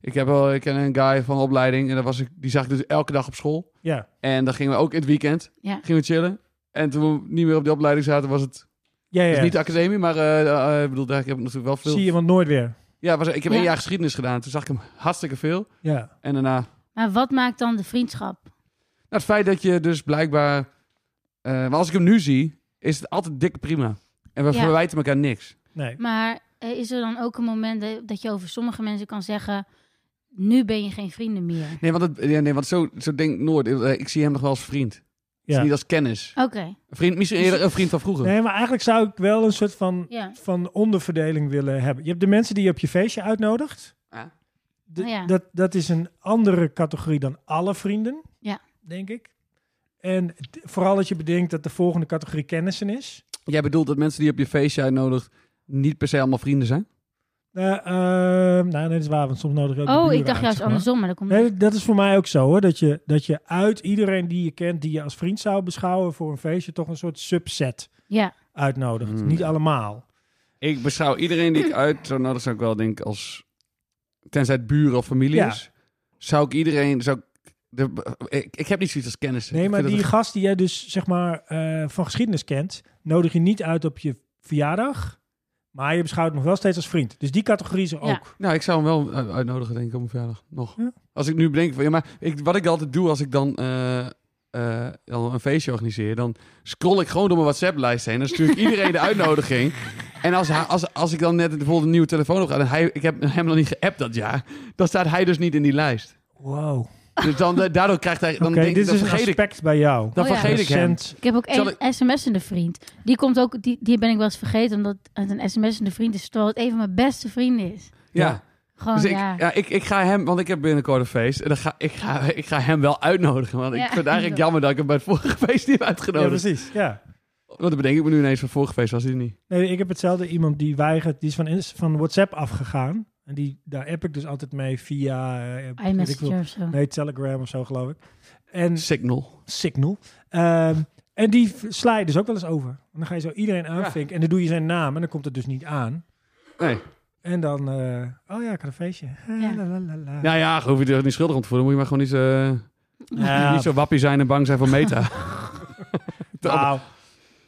C: Ik, heb wel, ik ken een guy van een opleiding en dat was, ik- die zag ik dus elke dag op school.
B: Ja,
C: En dan gingen we ook in het weekend
A: Ja.
C: gingen we chillen. En toen we niet meer op de opleiding zaten, was het
B: ja, ja.
C: dus niet de academie, maar eh, eh, ik bedoel, daar heb ik natuurlijk wel veel.
B: Zie je want nooit weer.
C: Ja, was, ik heb
A: Ja.
C: één jaar geschiedenis gedaan. Toen zag ik hem hartstikke veel.
B: Ja,
C: En daarna, nou,
A: Maar wat maakt dan de vriendschap?
C: het feit dat je dus blijkbaar. eh, maar als ik hem nu zie, is het altijd dik prima. En we
A: Ja.
C: verwijten elkaar niks.
B: nee.
A: Maar eh, is er dan ook een moment dat- dat je over sommige mensen kan zeggen... nu ben je geen vrienden meer?
C: Nee, want, het, ja, nee, want zo, zo denk ik nooit. Eh, Ik zie hem nog wel als vriend. Het is
B: Ja.
C: niet als kennis.
A: Oké,
C: Een Vriend, misschien eerder een vriend van vroeger.
B: Nee, maar eigenlijk zou ik wel een soort van,
A: ja.
B: van onderverdeling willen hebben. Je hebt de mensen die je op je feestje uitnodigt.
C: Ja.
B: De-
A: Oh ja.
B: dat, dat is een andere categorie dan alle vrienden,
A: Ja.
B: denk ik. En t- vooral dat je bedenkt dat de volgende categorie kennissen is.
C: Jij bedoelt dat mensen die op je feestje uitnodigt niet per se allemaal vrienden zijn?
B: Eh, ehm, nou, nee, dat is waar, want soms nodig je ook de
A: Oh,
B: buren
A: ik dacht
B: uit,
A: juist
B: zeg maar.
A: andersom, maar dat komt...
B: Nee, dat is voor mij ook zo hoor. Dat je, dat je uit iedereen die je kent, die je als vriend zou beschouwen voor een feestje, toch een soort subset
A: Ja,
B: uitnodigt.
C: Hmm.
B: Niet allemaal.
C: Ik beschouw iedereen die ik uit zou nodigen, zou ik wel denk als... Tenzij het buren of familie
B: Ja.
C: is. Zou ik iedereen... Zou ik, de, ik, ik heb niet zoiets als kennis.
B: Nee,
C: Ik
B: maar
C: vind
B: die
C: dat
B: gast die jij dus zeg maar eh, van geschiedenis kent, nodig je niet uit op je verjaardag. Maar je beschouwt hem nog wel steeds als vriend. Dus die categorie is er
A: Ja.
B: ook.
C: een- nou, ik zou hem wel uit- uitnodigen, denk ik, op mijn verjaardag. Nog.
B: Ja.
C: Als ik nu bedenk... van, Ja, maar ik, wat ik altijd doe als ik dan... eh, eh, dan een feestje organiseer, dan scroll ik gewoon door mijn WhatsApp-lijst heen. Dan stuur ik iedereen de uitnodiging. En als, hij- als, als ik dan net bijvoorbeeld een nieuwe telefoon heb en hij, ik heb hem nog niet geappt dat jaar, dan staat hij dus niet in die lijst.
B: Wow. Oké,
C: Dus dan, eh, daardoor krijgt hij, dan denk ik,
B: dit
C: dan
B: is een
C: vergeet ik
B: aspect bij jou.
C: Dan
A: Oh ja.
C: vergeet ik hem.
B: Recent.
A: ik heb ook
C: Zal
A: één sms'ende vriend. Die komt ook, die, die ben ik wel eens vergeten, omdat het een sms'ende vriend is, terwijl het een van mijn beste vrienden is.
C: Ja.
A: Gewoon,
C: Dus ik,
A: Oh, ja.
C: ja, ik, ik ga hem, want ik heb binnenkort een feest. En dan ga, ik, ga, ik ga hem wel uitnodigen. Want ik
A: Ja,
C: vind het
A: *laughs*
C: eigenlijk
A: inderdaad.
C: jammer dat ik hem bij het vorige feest niet heb
B: Ja,
C: uitgenodigd.
B: precies. Ja.
C: want dan Oh, bedenk ik me nu ineens van vorige feest was hij niet.
B: Nee, ik heb hetzelfde. Iemand die weigert, die is van, Inst- van WhatsApp afgegaan. En die, daar app ik dus altijd mee via... eh, weet ik veel,
A: iMessenger of zo.
B: Nee, Telegram of zo geloof ik. En
C: Signal.
B: Signal. Ehm, en die v- sla je dus ook wel eens over. En dan ga je zo iedereen aanvinken. En dan doe je zijn naam en dan komt het dus niet aan.
C: Nee.
B: En dan, eh, oh ja, ik had een feestje.
A: Ja.
B: La, la, la, la.
C: Nou ja, hoef je er niet schuldig om te voelen. Moet je maar gewoon niet zo, *laughs* niet zo wappie zijn en bang zijn voor
B: *laughs*
C: meta. *laughs*
B: wauw.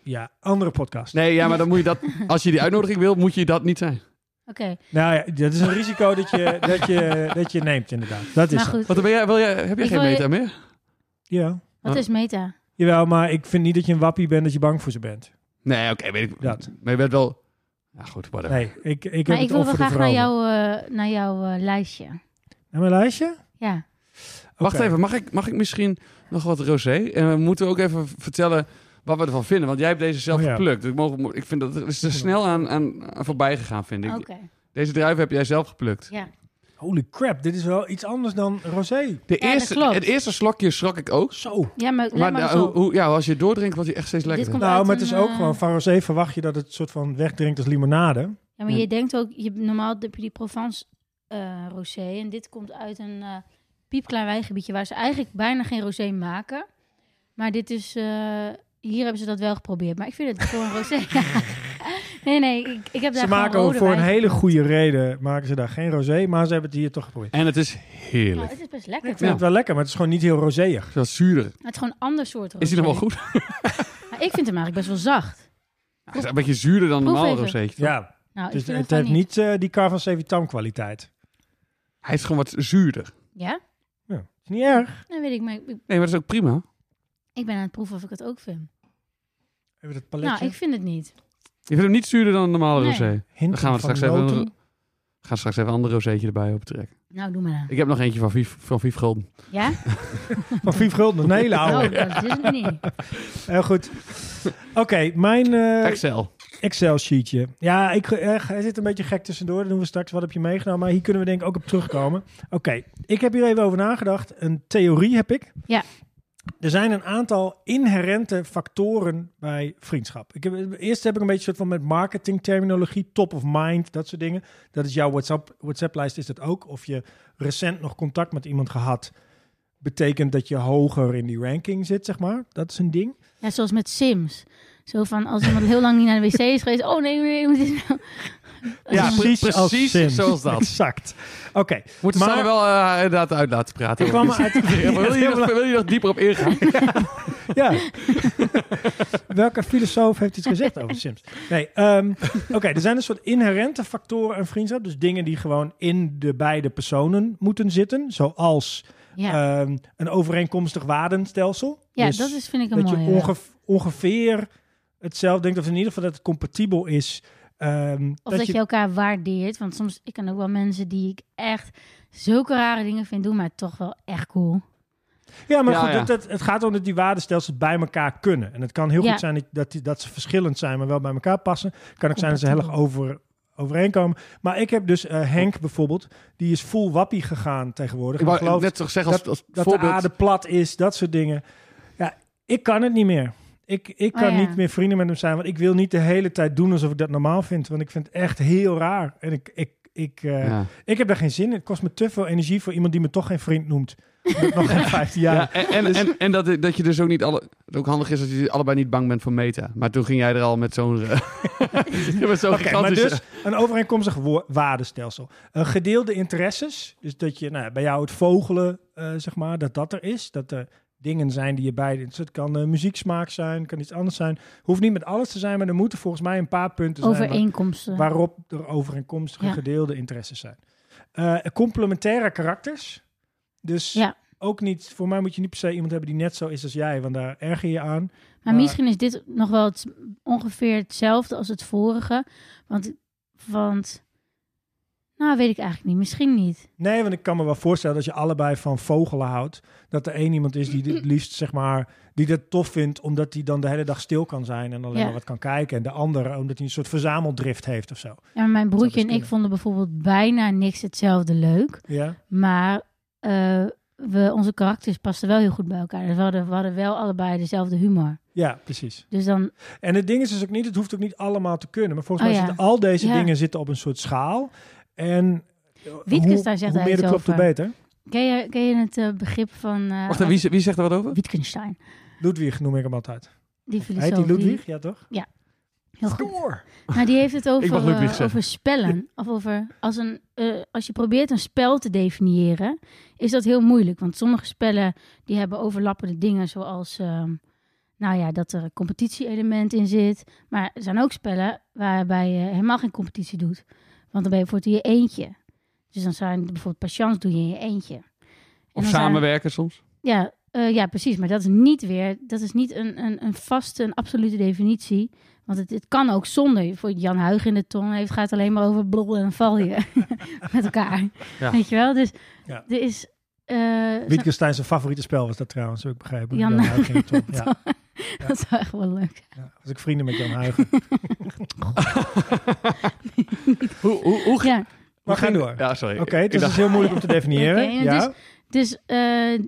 B: Ja, andere podcast.
C: Nee, ja, maar dan moet je dat, als je die uitnodiging wil, moet je dat niet zijn.
A: Oké,
B: Nou ja, dat is een risico dat
C: *laughs*
B: je, dat je, dat je neemt inderdaad. Dat is
A: maar
B: het.
A: Nou goed,
C: Want dan ben jij, wil jij, heb jij
A: Ik
C: geen
A: wil je-
C: meta meer?
B: Ja.
A: wat is meta?
B: Jawel, maar ik vind niet dat je een wappie bent dat je bang voor ze bent.
C: Nee, oké, weet ik.
B: Dat.
C: Maar je bent wel... Ja, goed, whatever.
B: Nee, ik, ik heb
A: Maar
B: het
A: ik wil wel
B: offer
A: graag
B: ervoor
A: naar,
B: over.
A: jou, eh, naar jouw eh, lijstje.
B: Naar mijn lijstje?
A: Ja,
C: Wacht
B: Oké.
C: even, mag ik, mag ik misschien nog wat rosé? En we moeten ook even vertellen wat we ervan vinden. Want jij hebt deze zelf
B: Oh ja.
C: geplukt. Ik, mogen- ik vind dat er is er snel aan, aan, aan voorbij gegaan, vind ik.
A: oké.
C: Deze druif heb jij zelf geplukt.
A: Ja.
B: Holy crap, dit is wel iets anders dan rosé.
C: De
A: Ja, dat
C: eerste,
A: klopt.
C: het eerste slokje schrok ik ook.
B: Zo.
A: ja, maar, let
C: Maar, nou,
A: maar
C: de-
A: eens op.
C: hoe, hoe- ja, als je het doordrinkt, wordt hij echt steeds lekkerder.
A: komt-
B: Nou,
A: uit
B: maar het
A: een,
B: is ook
A: eh,
B: gewoon van rosé verwacht je dat het soort van wegdrinkt als limonade.
A: Ja, maar je denkt ook, je, normaal heb je die Provence eh, rosé. En dit komt uit een eh, piepklein wijgebiedje waar ze eigenlijk bijna geen rosé maken. Maar dit is, eh, hier hebben ze dat wel geprobeerd. Maar ik vind het voor een rosé. *laughs* nee, nee, ik, ik heb daar
B: Ze
A: gewoon
B: maken ook
A: rode
B: voor een
A: wijn.
B: hele goede reden maken ze daar geen rosé, maar ze hebben het hier toch geprobeerd.
C: En het is
A: Nou,
C: heerlijk.
A: het is best lekker.
B: Ik vind
A: toch?
B: het wel lekker, maar het is gewoon niet heel roséig.
C: Het is wat zuurder.
A: Het is gewoon een ander soort rosé.
C: Is hij nog wel goed?
A: Maar ik vind hem eigenlijk best wel zacht.
C: Hij is een beetje zuurder dan
A: Proef
C: normaal
A: even.
C: rozeetje. toch?
B: Ja,
A: Nou,
B: dus het
A: ik vind het
B: heeft
A: gewoon niet.
B: niet eh, die Car van Sevitam kwaliteit.
C: Hij is gewoon wat zuurder.
A: Ja?
B: Ja, is niet erg.
A: Nou, weet ik, maar ik,
C: Nee, maar dat is ook prima.
A: ik ben aan het proeven of ik het ook vind.
B: Even dat paletje.
A: Nou, ik vind het niet.
C: Je vindt hem niet zuurder dan een normale
A: Nee.
C: rosé.
B: Hint
C: Dan gaan we het
B: van
C: straks even...
B: noten.
C: Ga straks even een ander rozeetje erbij op trekken.
A: Nou, doe maar dan.
C: Ik heb nog eentje van Vief, van Vief Gulden.
A: Ja?
B: Van Vief Gulden, een hele oude.
A: Oh, dat is het niet.
B: Heel goed. Oké, mijn eh,
C: Excel.
B: Excel-sheetje. Ja, ik, eh, hij zit een beetje gek tussendoor. Dat doen we straks. Wat heb je meegenomen? Maar hier kunnen we denk ik ook op terugkomen. Oké, ik heb hier even over nagedacht. Een theorie heb ik.
A: Ja.
B: Er zijn een aantal inherente factoren bij vriendschap. Ik heb, eerst heb ik een beetje soort van met marketingterminologie, top of mind, dat soort dingen. Dat is jouw WhatsApp, WhatsApp-lijst, is dat ook. Of je recent nog contact met iemand gehad, betekent dat je hoger in die ranking zit, zeg maar. Dat is een ding.
A: Ja, zoals met Sims. Zo van, als iemand heel lang niet naar de wc is geweest... Oh, nee, nee, moet dit nou?
C: Ja,
B: Dus
C: pre-
B: als
C: precies
B: Sims.
C: zoals
B: *laughs*
C: dat.
B: Exact. Oké.
C: Moeten we
B: Maar-
C: Sanne wel eh, inderdaad uit laten praten.
B: Ik kwam
C: hoor.
B: *laughs* uit.
C: Ja, maar wil, je nog, wil je nog dieper op
B: *laughs*
C: ingaan?
B: Ja. *laughs* Welke filosoof heeft iets gezegd over Sims? Nee. ehm, Oké, er zijn een soort inherente factoren aan vriendschap. Dus dingen die gewoon in de beide personen moeten zitten. Zoals
A: Ja,
B: ehm, een overeenkomstig waardenstelsel.
A: ja
B: Dus
A: dat is, vind ik een
B: dat je
A: mooie.
B: onge- ongeveer hetzelfde denkt. Of in ieder geval dat het compatibel is. ehm,
A: Of dat, je... elkaar waardeert. Want soms, ik ken ook wel mensen die ik echt zulke rare dingen vind doen, maar toch wel echt cool.
B: Ja, maar
C: Ja,
B: goed,
C: ja.
B: dat- dat- het gaat om dat die waardestelsels bij elkaar kunnen. En het kan heel
A: Ja.
B: goed zijn dat- dat, die- dat ze verschillend zijn, maar wel bij elkaar passen. kan ook zijn dat ze heel erg over, overeenkomen. Maar ik heb dus eh, Henk bijvoorbeeld, die is full wappie gegaan tegenwoordig.
C: Ik
B: Ik
C: wou
B: geloof
C: net zo zeggen als, als
B: dat de
C: voorbeeld.
B: aarde plat is, dat soort dingen. Ja, ik kan het niet meer. Ik, ik
A: Oh,
B: kan
A: ja.
B: niet meer vrienden met hem zijn, want ik wil niet de hele tijd doen alsof ik dat normaal vind. Want ik vind het echt heel raar. En ik, ik, ik, eh,
C: Ja.
B: ik heb daar geen zin in. Het kost me te veel energie voor iemand die me toch geen vriend noemt. *laughs* Omdat ik nog geen 15 jaar.
C: Ja, Dus- en en, en, en dat, dat je dus ook niet alle. Het ook handig is dat je allebei niet bang bent voor meta. Maar toen ging jij er al met zo'n. eh, *laughs* met zo'n
B: Oké, maar
C: gigantische.
B: dus een overeenkomstig wo- waardestelsel. Een gedeelde interesses, dus dat je nou, ja, bij jou het vogelen, eh, zeg maar, dat dat er is. Dat er dingen zijn die je beide... Dus het kan eh, muzieksmaak zijn, kan iets anders zijn. Hoeft niet met alles te zijn, maar er moeten volgens mij een paar punten zijn... waar-
A: Overeenkomsten.
B: waarop er overeenkomstige
A: Ja.
B: gedeelde interesses zijn. Eh, complementaire karakters. Dus
A: Ja.
B: ook niet... Voor mij moet je niet per se iemand hebben die net zo is als jij, want daar erger je aan.
A: Maar
B: Maar-
A: misschien is dit nog wel het- ongeveer hetzelfde als het vorige. Want, want, nou weet ik eigenlijk niet. Misschien niet.
B: Nee, want ik kan me wel voorstellen dat je allebei van vogelen houdt. Dat er één iemand is die
A: *clears throat*
B: het liefst, zeg maar, die dat tof vindt, omdat hij dan de hele dag stil kan zijn en alleen
A: Ja.
B: maar wat kan kijken. En de ander, omdat hij een soort verzameldrift heeft of zo.
A: Ja, maar mijn broertje
B: best
A: en ik
B: kunnen.
A: vonden bijvoorbeeld bijna niks hetzelfde leuk.
B: Ja,
A: Maar eh, we, onze karakters pasten wel heel goed bij elkaar. Dus we hadden, we hadden wel allebei dezelfde humor.
B: ja precies.
A: Dus dan,
B: En het ding is dus ook niet, het hoeft ook niet allemaal te kunnen. Maar volgens
A: Oh
B: mij
A: ja.
B: zitten al deze
A: Ja.
B: dingen zitten op een soort schaal. En eh,
A: Wietkus
B: hoe,
A: daar zegt
B: hoe
A: hij
B: meer
A: iets
B: de klopt, hoe
A: over.
B: beter.
A: ken je, ken je het eh, begrip van eh,
C: Wacht, wie, wie zegt er wat over?
A: Wittgenstein?
B: Ludwig noem ik hem altijd.
A: Die
B: Heet
A: filosoof.
B: hij
A: die-
B: Ludwig? Ja, toch?
A: heel goed.
B: Door!
A: Nou, die heeft het over,
C: mag Ludwig
A: eh,
C: zeggen.
A: over spellen. Of over als, een, eh, als je probeert een spel te definiëren, is dat heel moeilijk. Want sommige spellen die hebben overlappende dingen, zoals ehm, nou ja, dat er een competitie-element in zit. Maar er zijn ook spellen waarbij je helemaal geen competitie doet. Want dan ben je voor het in je eentje. Dus dan zijn bijvoorbeeld patience doe je in je eentje. En dan
C: Of
A: zijn er-
C: samenwerken soms?
A: ja, eh, ja, precies. Maar dat is niet weer, dat is niet een, een, een vaste, een absolute definitie. Want het, het kan ook zonder. Voor Jan Huig in de tong heeft, gaat alleen maar over blol en val je *laughs* met elkaar.
C: Ja.
A: Weet je wel? Dus
B: Ja.
A: er is. eh, zo-
B: Wittgenstein zijn favoriete spel was dat trouwens, heb ik begrepen.
A: Jan-
B: Huigen in het top.
A: *laughs*
B: ja.
A: *laughs* dat zou echt wel leuk zijn.
B: ja. Als ik vrienden met Jan Huigen.
C: Hoe, hoe, hoe
A: Ja,
B: Maar ga door.
C: Ja, sorry.
B: Oké,
C: Ik
B: dus dat
C: dacht-
B: is heel moeilijk om te
A: *laughs*
B: definiëren.
A: Oké, en
B: ja.
A: dus- dus eh,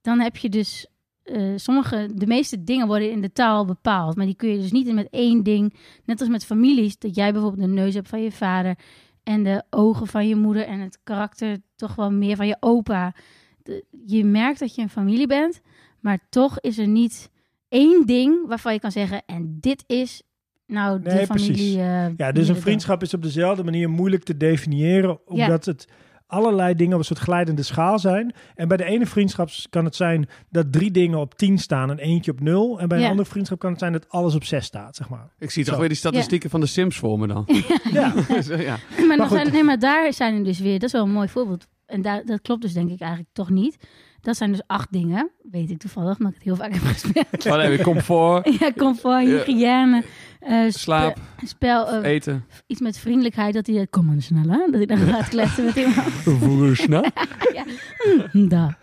A: dan heb je dus. eh, sommige, de meeste dingen worden in de taal bepaald. Maar die kun je dus niet in met één ding. Net als met families. Dat jij bijvoorbeeld de neus hebt van je vader. En de ogen van je moeder. En het karakter toch wel meer van je opa. De- je merkt dat je een familie bent. Maar toch is er niet één ding waarvan je kan zeggen. En dit is nou de
B: Nee,
A: familie.
B: precies.
A: eh,
B: ja,
A: die
B: dus een
A: we-
B: vriendschap is op dezelfde manier moeilijk te definiëren, omdat het allerlei dingen op een soort glijdende schaal zijn. En bij de ene vriendschap kan het zijn dat drie dingen op 10 staan en eentje op 0. En bij een
A: Ja.
B: andere vriendschap kan het zijn dat alles op 6 staat, zeg
A: *laughs*
B: maar.
C: Ik zie toch
B: Zo.
C: weer die statistieken van de Sims voor me dan. *laughs* Dus, eh,
B: Ja,
C: ja.
A: maar, dan
B: goed.
A: zijn, nee, maar daar zijn er dus weer, dat is wel een mooi voorbeeld. En daar, dat klopt dus denk ik eigenlijk toch niet. Dat zijn dus acht dingen, weet ik toevallig, omdat ik het heel vaak heb gespeeld. *laughs*
C: Wat heb je comfort?
A: ja, comfort, hygiëne, eh, spe-
C: Slaap,
A: spel, eh,
C: eten.
A: iets met vriendelijkheid, dat hij, kom maar snel hè, dat ik dan gaat kletsen met
C: *laughs*
A: iemand.
C: Voersna.
A: Da.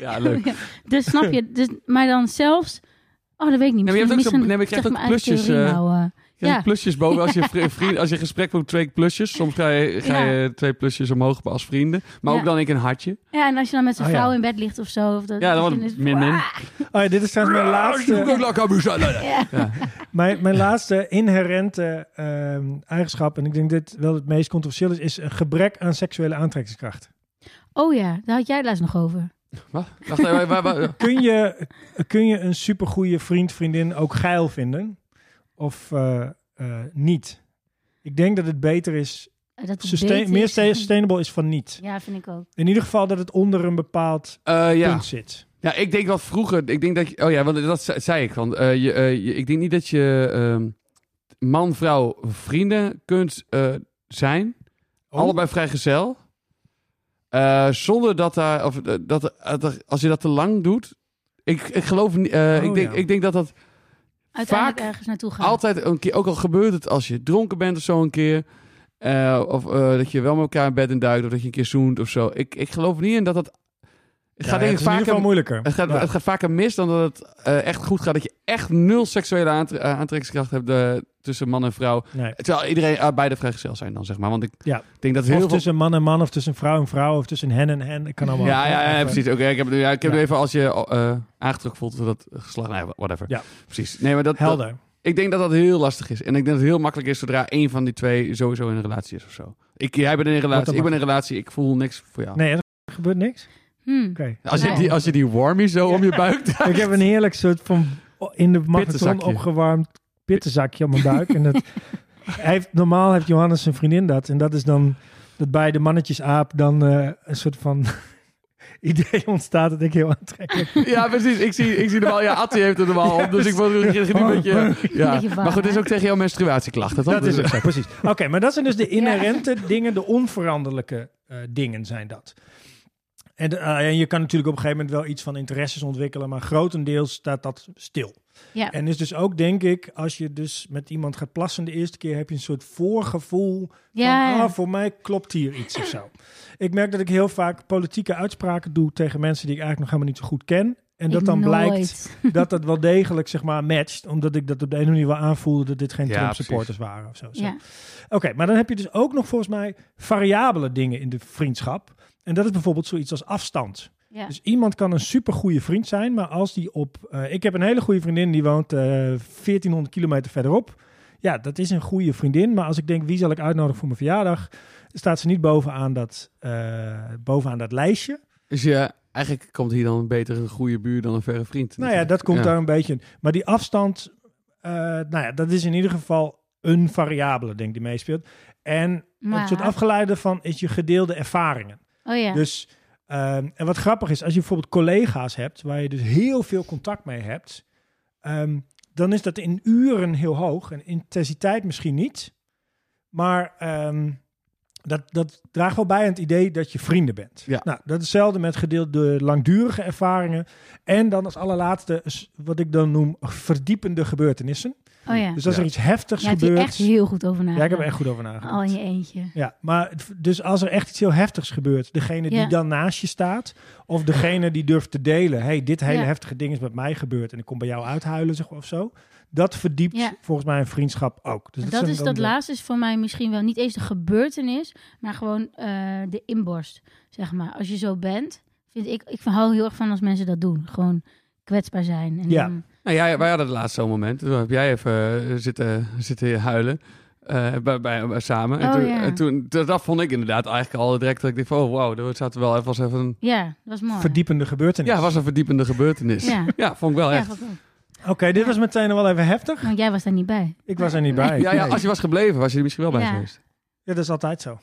C: Ja, leuk.
A: Ja, dus snap je, dus, maar dan zelfs, oh dat weet ik niet.
C: Nee, maar je hebt
A: Misschien- misschien
C: ook zo- nee, maar je krijgt
A: zeg
C: ook
A: mijn eigen
C: plusjes,
A: theorie
C: eh,
A: nou, eh.
C: Je hebt
A: Ja.
C: Plusjes boven. Als je, vri- vriend, als je gesprek voert, twee plusjes. Soms ga je, ga je twee plusjes omhoog als vrienden. Maar
A: Ja.
C: ook dan denk ik een hartje.
A: Ja, en als je dan met zijn
B: Oh, ja.
A: vrouw in bed ligt of zo. Of dat,
C: Ja, dan wordt
A: is dus
C: het min min.
B: Oh ja, dit is trouwens mijn
C: Ah,
B: laatste, mijn, mijn laatste inherente ehm, eigenschap. En ik denk dit wel het meest controversieel is, is een gebrek aan seksuele aantrekkingskracht.
A: Oh ja, daar had jij het laatst nog over.
C: Wat? Wacht even, waar- waar-
B: *laughs* Kun je, kun je een supergoeie vriend, vriendin ook geil vinden? Of eh, eh, niet? Ik denk dat het beter is,
A: Eh, Dat het
B: sustain-
A: beter
B: meer
A: is.
B: sustainable is van niet.
A: Ja, vind ik ook.
B: In ieder geval dat het onder een bepaald
C: Eh, ja.
B: punt zit.
C: ja, ik denk wat vroeger. Ik denk dat je, oh ja, want dat ze- zei ik. Want, eh, je, eh, je- ik denk niet dat je ehm, man, vrouw, vrienden kunt eh, zijn.
B: Oh.
C: Allebei vrijgezel. Eh, zonder dat daar. Of, eh, dat, dat- als je dat te lang doet. Ik, ik geloof niet. eh,
B: Oh,
C: ik, denk,
B: ja.
C: ik denk dat dat
A: Uiteindelijk
C: Vaak
A: ergens naartoe gaan.
C: Altijd een keer, ook al gebeurt het als je dronken bent of zo een keer. eh, of eh, dat je wel met elkaar in bed in duikt. Of dat je een keer zoent of zo. Ik, ik geloof niet in dat dat... Het
B: Ja,
C: gaat denk
B: het
C: ik
B: is in ieder geval
C: vaker...
B: moeilijker.
C: Het gaat,
B: Ja.
C: het gaat vaker mis dan dat het eh, echt goed gaat. Dat je echt nul seksuele aantre- eh, aantrekkingskracht hebt eh, tussen man en vrouw.
B: Nee.
C: Terwijl iedereen eh, beide vrijgezel zijn dan, zeg maar. Want ik
B: Ja.
C: denk dat
B: Of
C: heel veel...
B: tussen man en man, of tussen vrouw en vrouw, of tussen hen en hen. Ik kan allemaal.
C: Ja, ja, ja,
B: Even-
C: precies. Oké, ik heb, ja, ik heb
B: Ja.
C: even als je eh, aangetrokken voelt door dat geslacht. Nee, whatever.
B: Ja.
C: Precies. Nee, maar dat, dat,
B: Helder.
C: Ik denk dat dat heel lastig is. En ik denk dat het heel makkelijk is zodra één van die twee sowieso in een relatie is of zo. Ik, jij bent in een relatie,
B: dan
C: ik ben in een relatie, ik voel niks voor jou.
B: Nee, er gebeurt niks.
A: Hmm.
B: Oké.
C: Als, je
A: Nee.
C: die, als je die warmie zo om je buik
B: Ik heb een heerlijk soort van in de marathon
C: Pittenzakje.
B: opgewarmd pittenzakje op mijn buik. En dat hij heeft, normaal heeft Johannes zijn vriendin dat. En dat is dan dat bij de mannetjesaap dan eh, een soort van *laughs* idee ontstaat. Dat ik heel aantrekkelijk
C: Ja, precies. Ik zie, ik zie er wel, ja, Attie heeft het er wel op. Dus ik wil ik geef nu een
B: Oh. *laughs*
C: beetje... Ja.
A: warm,
C: Maar goed, het is
A: hè?
C: ook tegen jouw menstruatieklachten, toch?
B: Dat is het,
C: Dus-
B: zo, precies. Oké, maar dat zijn dus de inherente dingen, de onveranderlijke eh, dingen zijn dat. En, eh, en je kan natuurlijk op een gegeven moment wel iets van interesses ontwikkelen, maar grotendeels staat dat stil.
A: Ja.
B: En is dus ook, denk ik, als je dus met iemand gaat plassen de eerste keer, heb je een soort voorgevoel
A: Ja,
B: van,
A: ja.
B: ah, voor mij klopt hier iets of zo. Ik merk dat ik heel vaak politieke uitspraken doe tegen mensen die ik eigenlijk nog helemaal niet zo goed ken. En dat
A: Ik
B: dan blijkt
A: nooit.
B: dat dat wel degelijk zeg maar matcht. Omdat ik dat op de ene manier wel aanvoelde dat dit geen
C: Ja,
B: Trump
C: precies.
B: supporters waren of zo. Zo.
A: Ja.
B: Oké, maar dan heb je dus ook nog volgens mij variabele dingen in de vriendschap. En dat is bijvoorbeeld zoiets als afstand.
A: Ja.
B: Dus iemand kan een supergoeie vriend zijn, maar als die op... eh, ik heb een hele goede vriendin, die woont eh 1400 kilometer verderop. Ja, dat is een goede vriendin, maar als ik denk wie zal ik uitnodigen voor mijn verjaardag... staat ze niet bovenaan dat, eh, bovenaan dat lijstje.
C: Dus ja, eigenlijk komt hier dan beter een goede buur dan een verre vriend.
B: Nou ja, dat komt
C: Ja.
B: daar een beetje in. Maar die afstand, eh, nou ja, dat is in ieder geval een variabele, denk ik, die meespeelt. En
A: Maar,
B: een soort afgeleide van is je gedeelde ervaringen.
A: oh ja.
B: Dus, ehm, en wat grappig is, als je bijvoorbeeld collega's hebt, waar je dus heel veel contact mee hebt, ehm, dan is dat in uren heel hoog en intensiteit misschien niet. Maar ehm, dat, dat draagt wel bij aan het idee dat je vrienden bent.
C: Ja.
B: Nou, dat is hetzelfde met gedeelde langdurige ervaringen. En dan als allerlaatste, is wat ik dan noem, verdiepende gebeurtenissen.
A: oh ja.
B: Dus als
C: Ja.
B: er iets heftigs
A: Jij hebt hier
B: gebeurt.
A: echt Oh, heel goed over nagedacht.
B: ja, ik heb er echt goed over nagedacht.
A: Al in je eentje.
B: Ja, maar het- dus als er echt iets heel heftigs gebeurt, degene die
A: Ja.
B: dan naast je staat, of degene die durft te delen, hey, dit hele
A: Ja.
B: heftige ding is met mij gebeurd en ik kom bij jou uithuilen zeg, maar, of zo, dat verdiept
A: Ja.
B: volgens mij een vriendschap ook. Dus
A: dat
B: zijn
A: is
B: dan
A: dat
B: de-
A: laatste is voor mij misschien wel niet eens de gebeurtenis, maar gewoon eh, de inborst, zeg maar. Als je zo bent, vind ik, ik hou heel erg van als mensen dat doen. Gewoon kwetsbaar zijn. En
B: Ja.
A: dan-
C: Nou, jij, wij hadden het laatste zo'n moment. Toen heb jij even eh, zitten, zitten huilen. eh, bij, bij, bij- samen. en
A: Oh,
C: toen,
A: ja.
C: en toen, dat dat vond ik inderdaad eigenlijk al direct. Dat ik dacht van, oh wow, dat zaten wel even als even een...
A: ja, dat was mooi.
B: verdiepende gebeurtenis.
C: Ja, het was een verdiepende gebeurtenis. Ja,
A: Ja.
C: vond ik wel
A: Ja,
C: echt.
A: vond ik ook.
B: Oké, dit was meteen wel even heftig.
A: want jij was daar niet bij.
B: Ik was er niet bij.
C: Ja, ja,
B: Nee.
C: als je was gebleven, was je er misschien wel bij
A: Ja.
C: geweest.
B: Ja, dat is altijd zo.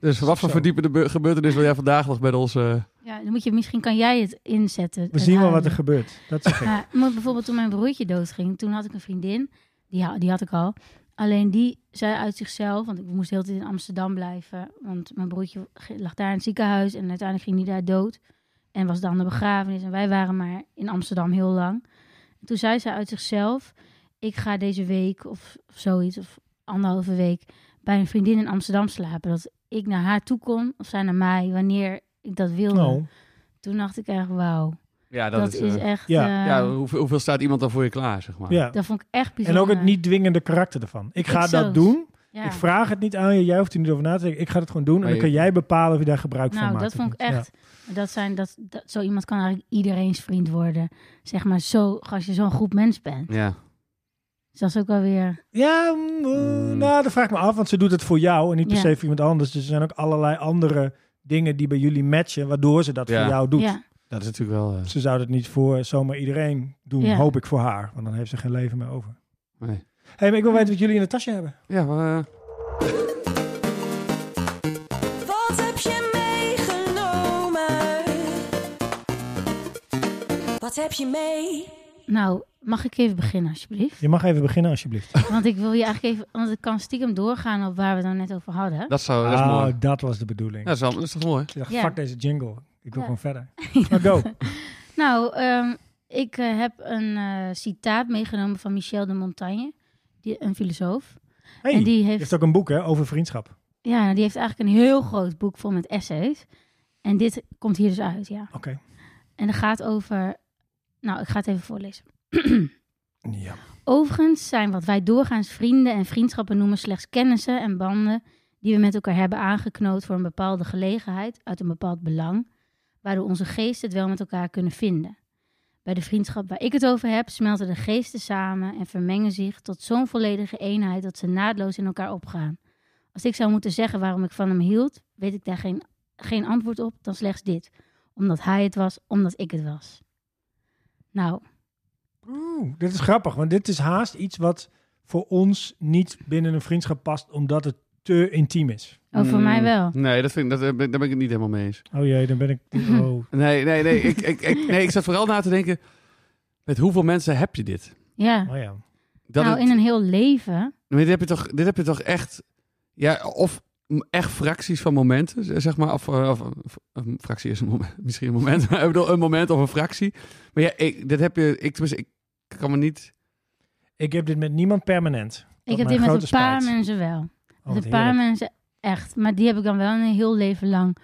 C: Dus wat voor
B: Zo.
C: verdiepende be- gebeurtenis wil jij vandaag nog bij ons... eh,
A: Ja, dan moet je, misschien kan jij het inzetten.
B: We
A: het
B: zien wel wat er
A: huilen.
B: gebeurt. Dat zeg ik.
A: Maar, maar Eh, bijvoorbeeld toen mijn broertje doodging, toen had ik een vriendin, die, ha- die had ik al. Alleen die zei uit zichzelf, want ik moest de hele tijd in Amsterdam blijven, want mijn broertje ge- lag daar in het ziekenhuis en uiteindelijk ging hij daar dood. En was dan de begrafenis en wij waren maar in Amsterdam heel lang. toen zei ze uit zichzelf: Ik ga deze week of, of zoiets, of anderhalve week, bij een vriendin in Amsterdam slapen. Dat ik naar haar toe kon, of zij naar mij, wanneer ik dat wilde.
B: Nou,
A: Toen dacht ik echt: Wauw,
C: Ja,
A: dat,
C: dat,
A: is,
C: eh,
A: echt.
B: ja.
A: eh,
C: ja, hoeveel, hoeveel staat iemand dan voor je klaar, zeg maar?
B: ja.
A: Dat vond ik echt
B: En
A: bijzonder.
B: ook het niet dwingende karakter ervan. Ik ga
A: Ik
B: dat
A: zelfs.
B: doen.
A: Ja.
B: Ik vraag het niet aan je. Jij hoeft er niet over na te denken. Ik ga het gewoon doen. En
C: Maar
B: dan
C: je-
B: kan jij bepalen of je daar gebruik van
A: Nou,
B: maakt.
A: dat
B: of
A: vond ik
B: niet. Ja.
A: echt. Dat zijn, dat, dat, zo iemand kan eigenlijk iedereen's vriend worden. Zeg maar zo, als je zo'n goed mens
B: Mm.
A: bent.
C: Ja.
A: Dus dat is ook wel weer.
B: Ja, mm, eh,
C: Mm.
B: nou, dat vraag ik me af, want ze doet het voor jou en niet per
A: Ja.
B: se voor iemand anders. Dus er zijn ook allerlei andere dingen die bij jullie matchen, waardoor ze dat
C: Ja.
B: voor jou doet.
A: Ja,
C: Dat is natuurlijk wel... eh,
B: Ze zou dat niet voor zomaar iedereen doen,
A: Ja.
B: hoop ik voor haar, want dan heeft ze geen leven meer over.
C: nee.
B: hey, maar ik wil weten wat jullie in het tasje hebben.
C: Ja, maar, eh,
D: Wat heb je meegenomen? Wat heb je mee?
A: nou, mag ik even beginnen, alsjeblieft?
B: Je mag even beginnen, alsjeblieft.
A: Want ik wil je eigenlijk even. Want ik kan stiekem doorgaan op waar we het nou net over hadden.
C: dat, zou, Oh, dat is
B: Ah,
C: mooi.
B: dat was de bedoeling.
C: Ja, dat is, wel- dat is toch mooi?
B: Ik dacht,
A: Ja.
B: fuck deze jingle. Ik wil
A: Ja.
B: gewoon
A: *laughs*
B: verder. Maar go.
A: Nou, ehm, ik eh, heb een eh, citaat meegenomen van Michel de Montaigne, die, een filosoof.
B: Hey,
A: en die
B: je
A: heeft,
B: heeft ook een boek hè, over vriendschap.
A: ja, nou, die heeft eigenlijk een heel groot boek vol met essays. En dit komt hier dus uit, ja.
B: Oké.
A: En dat gaat over. Nou, ik ga het even voorlezen. *clears throat*
B: Ja.
A: Overigens zijn wat wij doorgaans vrienden en vriendschappen noemen slechts kennissen en banden die we met elkaar hebben aangeknoot voor een bepaalde gelegenheid uit een bepaald belang, waardoor onze geesten het wel met elkaar kunnen vinden. Bij de vriendschap waar ik het over heb, smelten de geesten samen en vermengen zich tot zo'n volledige eenheid dat ze naadloos in elkaar opgaan. Als ik zou moeten zeggen waarom ik van hem hield, weet ik daar geen, geen antwoord op dan slechts dit. Omdat hij het was, omdat ik het was. Nou,
B: Oeh, dit is grappig, want dit is haast iets wat voor ons niet binnen een vriendschap past, omdat het te intiem is.
A: oh, voor
C: Mm,
A: mij wel.
C: Nee, dat vind ik, dat, eh, ben- daar ben ik het niet helemaal mee eens.
B: Oh jee, dan ben ik.
A: *laughs*
B: Oh.
C: Nee, nee, nee. ik, ik, ik, nee, ik zat vooral na te denken... Met hoeveel mensen heb je dit?
A: Ja.
B: oh ja.
C: Dat
A: nou,
C: het-
A: in een heel leven.
C: Maar dit heb je toch, dit heb je toch echt, ja, of m- echt fracties van momenten, z- zeg maar, of, eh, of, of- een fractie is een moment, misschien een moment, *laughs* maar ik bedoel een moment of een fractie. Maar ja, ik, dit heb je, ik, tenminste, ik kan me niet.
B: Ik heb dit met niemand permanent.
A: Ik
B: Tot
A: heb
B: mijn
A: dit met
B: grote
A: een paar
B: spijt.
A: mensen wel.
B: Oh, wat
A: met een paar
B: heerlijk.
A: mensen echt. Maar die heb ik dan wel een heel leven lang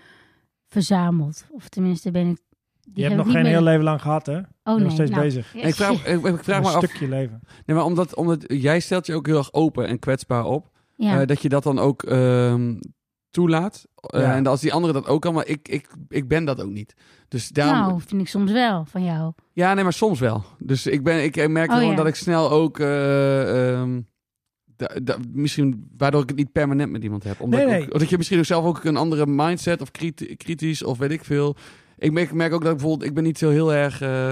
A: verzameld. Of tenminste ben ik... Die
B: Je hebt nog
A: heb ik
B: geen
A: niet
B: heel
A: meer-
B: leven lang gehad, hè? Je bent
A: Oh nee.
B: nog steeds
A: nou,
B: bezig.
C: Ik vraag, ik, ik vraag
B: een
C: me af,
B: stukje leven.
C: nee, maar omdat, omdat jij stelt je ook heel erg open en kwetsbaar op,
A: Ja.
C: eh, dat je dat dan ook ehm, toelaat. Eh,
B: Ja.
C: En als die andere dat ook kan, maar ik, ik, ik ben dat ook niet. Dus daarom,
A: nou, vind ik soms wel van jou.
C: Ja, nee, maar soms wel. Dus ik, ben, ik merk
A: Oh,
C: gewoon
A: ja.
C: dat ik snel ook... eh, ehm, da- da- misschien waardoor ik het niet permanent met iemand heb. Omdat
B: Nee,
C: ik
B: nee.
C: ook- omdat je misschien ook zelf ook een andere mindset of kriti- kritisch of weet ik veel. Ik merk, ik merk ook dat ik bijvoorbeeld... Ik ben niet zo heel erg eh,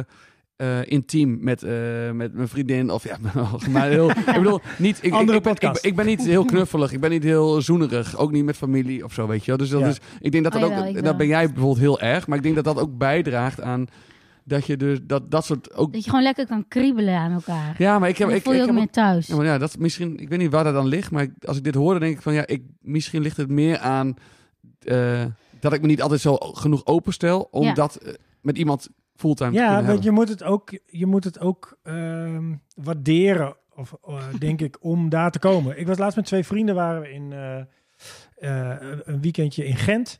C: eh, intiem met, eh, met mijn vriendin. Of ja, *laughs* maar heel... ik bedoel, niet... Ik,
B: Andere
C: ik, ik, ben, ik,
B: podcast.
C: ben niet heel knuffelig. Ik ben niet heel zoenerig. Ook niet met familie of zo, weet je wel. Dus dat
B: Ja.
C: is... Ik denk dat
A: Oh,
C: dat
A: jawel, ik
C: ook...
A: wel.
C: Dat ben jij bijvoorbeeld heel erg. Maar ik denk dat dat ook bijdraagt aan... Dat je dus dat, dat soort ook
A: Dat je gewoon lekker kan kriebelen aan elkaar.
C: ja, maar ik heb.
A: Dan
C: Ik,
A: voel je
C: ik
A: ook
C: heb
A: meer thuis.
C: Ja, maar ja, dat is misschien. Ik weet niet waar dat aan ligt, maar ik- als ik dit hoorde, denk ik van ja, ik, misschien ligt het meer aan eh, dat ik me niet altijd zo genoeg openstel om
A: Ja.
C: dat eh, met iemand fulltime te
B: Ja,
C: kunnen
B: want
C: hebben.
B: je moet het ook, je moet het ook ehm, waarderen, of,
A: *laughs*
B: eh, denk ik, om daar te komen. Ik was laatst met twee vrienden, waren we in eh, eh, een weekendje in Gent.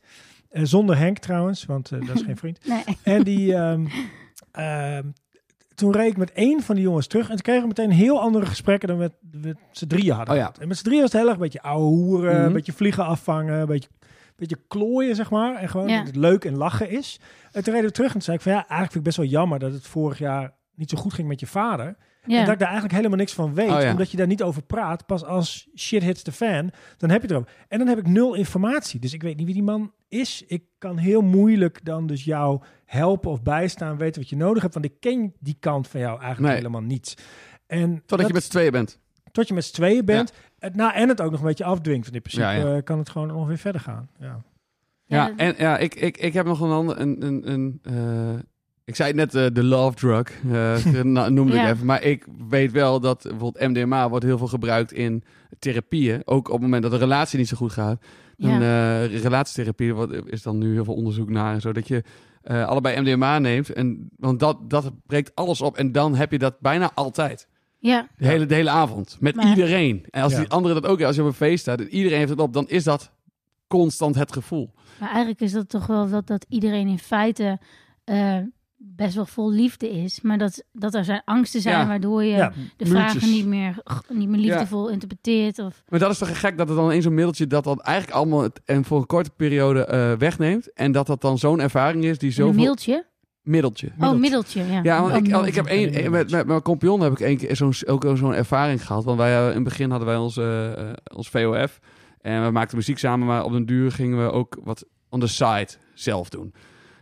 B: Eh, zonder Henk trouwens, want eh, dat
A: *laughs*
B: is geen vriend.
A: Nee.
C: *laughs*
B: En die, *laughs* ehm, ehm, toen reed ik met één van die jongens terug. En toen kregen we meteen heel andere gesprekken dan met, met z'n drieën hadden.
C: Oh ja.
B: gehad. En met z'n drieën was het heel erg een beetje ouwe hoeren,
C: Mhm.
B: een beetje vliegen afvangen, een beetje, een beetje klooien, zeg maar. En gewoon
A: Ja.
B: dat het leuk en lachen is. En toen reden we terug en toen zei ik van ja, eigenlijk vind ik best wel jammer dat het vorig jaar niet zo goed ging met je vader. En
A: Ja.
B: dat ik daar eigenlijk helemaal niks van weet.
C: Oh ja.
B: Omdat je daar niet over praat. Pas als shit hits the fan, dan heb je het erover. En dan heb ik nul informatie. Dus ik weet niet wie die man is. Ik kan heel moeilijk dan dus jou helpen of bijstaan. Weten wat je nodig hebt. Want ik ken die kant van jou eigenlijk
C: Nee.
B: helemaal niet. En
C: Totdat je
B: dat-
C: met z'n tweeën bent.
B: tot je met z'n tweeën bent. Het, nou, en het ook nog een beetje afdwingt. Want in principe
C: Ja, ja.
B: eh, kan het gewoon ongeveer verder gaan. Ja.
C: Ja,
A: Ja.
C: en ja, ik, ik, ik heb nog een ander. Een, een, een, eh, ik zei het net eh, de love
A: *laughs*
C: drug, eh, na- noemde
A: Ja.
C: ik even. Maar ik weet wel dat bijvoorbeeld MDMA wordt heel veel gebruikt in therapieën. Ook op het moment dat de relatie niet zo goed gaat.
A: Ja.
C: eh, Een relatietherapie wat, is dan nu heel veel onderzoek naar en zo. Dat je eh, allebei MDMA neemt. En, want dat, dat breekt alles op. En dan heb je dat bijna altijd.
A: Ja,
C: De, hele, de hele avond. Met
A: Maar-
C: iedereen. En als
B: Ja.
C: die andere dat ook Als je op een feest staat en iedereen heeft het op. Dan is dat constant het gevoel.
A: maar eigenlijk is dat toch wel dat, dat iedereen in feite eh, best wel vol liefde is. Maar dat, dat er zijn angsten zijn
C: Ja.
A: waardoor je
B: Ja,
A: de
C: muurtjes.
A: vragen niet meer, niet meer liefdevol interpreteert. Of,
C: Maar dat is toch gek dat het dan in zo'n middeltje dat dat eigenlijk allemaal het- en voor een korte periode eh, wegneemt. En dat dat dan zo'n ervaring is die
A: een
C: zoveel...
A: middeltje?
C: middeltje.
A: Oh,
B: Middeltje.
A: middeltje, ja.
C: Ja, want
A: Oh,
C: ik, want ik
A: middeltje.
C: heb één, met, met, met mijn compagnon heb ik één keer zo'n, ook zo'n ervaring gehad. Want wij, eh, in het begin hadden wij ons, eh, eh, ons VOF. En we maakten muziek samen, maar op den duur gingen we ook wat on the side zelf doen.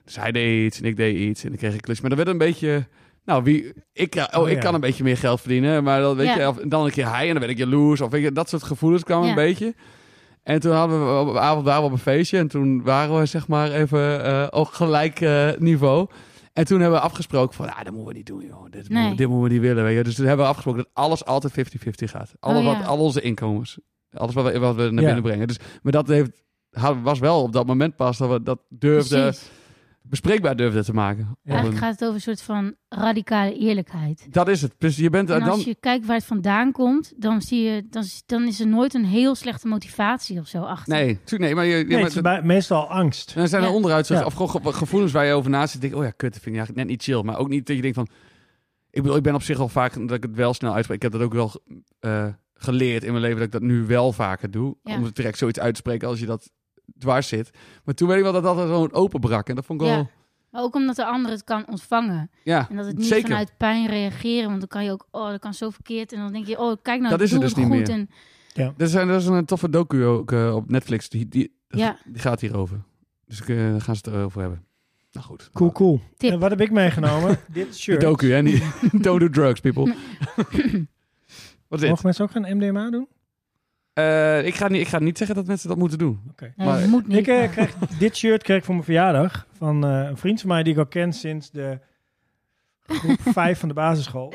C: Dus hij deed iets en ik deed iets en dan kreeg ik klus. Maar dat werd een beetje... Nou, wie, ik, eh, oh,
B: Oh,
C: ik
B: ja.
C: kan een beetje meer geld verdienen. Maar dan, weet
A: Ja.
C: je, of, dan een keer hij en dan werd ik jaloers. Of weet je, dat soort gevoelens kwamen
A: Ja.
C: een beetje. En toen hadden we op een avond waren we op een feestje. En toen waren we zeg maar even eh, op gelijk eh, niveau. En toen hebben we afgesproken van, ah, dat moeten we niet doen, joh. Dit,
A: Nee.
C: moeten dit moeten we niet willen, weet je. Dus toen hebben we afgesproken dat alles altijd 50-50 gaat. Alle,
A: Oh, ja.
C: wat, al onze inkomens. Alles wat we, wat we naar
B: Ja.
C: binnen brengen. Dus, maar dat heeft, had- was wel op dat moment pas dat we dat durfden,
A: Precies.
C: bespreekbaar durfden te maken. Op
A: Eigenlijk
C: een-
A: gaat het over een soort van radicale eerlijkheid.
C: dat is het. Dus je bent
A: En
C: dan...
A: als je kijkt waar het vandaan komt, dan, zie je, dan, is- dan is er nooit een heel slechte motivatie of zo achter.
C: Nee, natuurlijk nee. Maar je, je-
B: Nee,
C: maar
B: het is
C: dat-
B: bij- meestal angst.
C: dan zijn er
A: Ja.
C: onderuit,
B: Ja.
C: of gewoon ge- gevoelens waar je over na zit. Denk, oh ja, kut, dat vind ik eigenlijk net niet chill. Maar ook niet dat je denkt van... Ik bedoel, ik ben op zich al vaak, dat ik het wel snel uitspreek. Ik heb dat ook wel eh, geleerd in mijn leven, dat ik dat nu wel vaker doe.
A: Ja.
C: Om direct zoiets uit te spreken als je dat dwars zit. Maar toen weet ik wel dat dat gewoon openbrak. En dat vond ik wel...
A: Ja. Maar ook omdat de ander het kan ontvangen.
C: Ja,
A: En dat het niet
C: zeker.
A: vanuit pijn reageren. Want dan kan je ook, oh, dat kan zo verkeerd. En dan denk je, oh, kijk nou,
C: Dat
A: ik
C: is het
A: doe
C: dus niet
A: goed. En,
C: Er, zijn, er is een toffe docu ook eh, op Netflix. Die, die,
A: Ja.
C: die gaat hierover. Dus ik eh, daar gaan ze het erover hebben. Nou goed.
B: Cool, cool.
A: Tip.
B: En wat heb ik
C: *laughs*
B: meegenomen? Dit
C: Die
B: shirt.
C: docu, hè?
B: *laughs*
C: Die, *laughs* don't do drugs,
A: *laughs*
C: people. Wat is dit?
B: Mogen mensen ook gaan MDMA doen?
C: Eh, ik, ga niet, ik ga niet zeggen dat mensen dat moeten doen.
A: nee,
C: Maar
A: dat moet niet.
B: Ik eh,
A: maar-
B: kreeg, dit shirt kreeg ik voor mijn verjaardag van eh, een vriend van mij die ik al ken sinds de
A: *laughs*
B: groep 5 van de basisschool.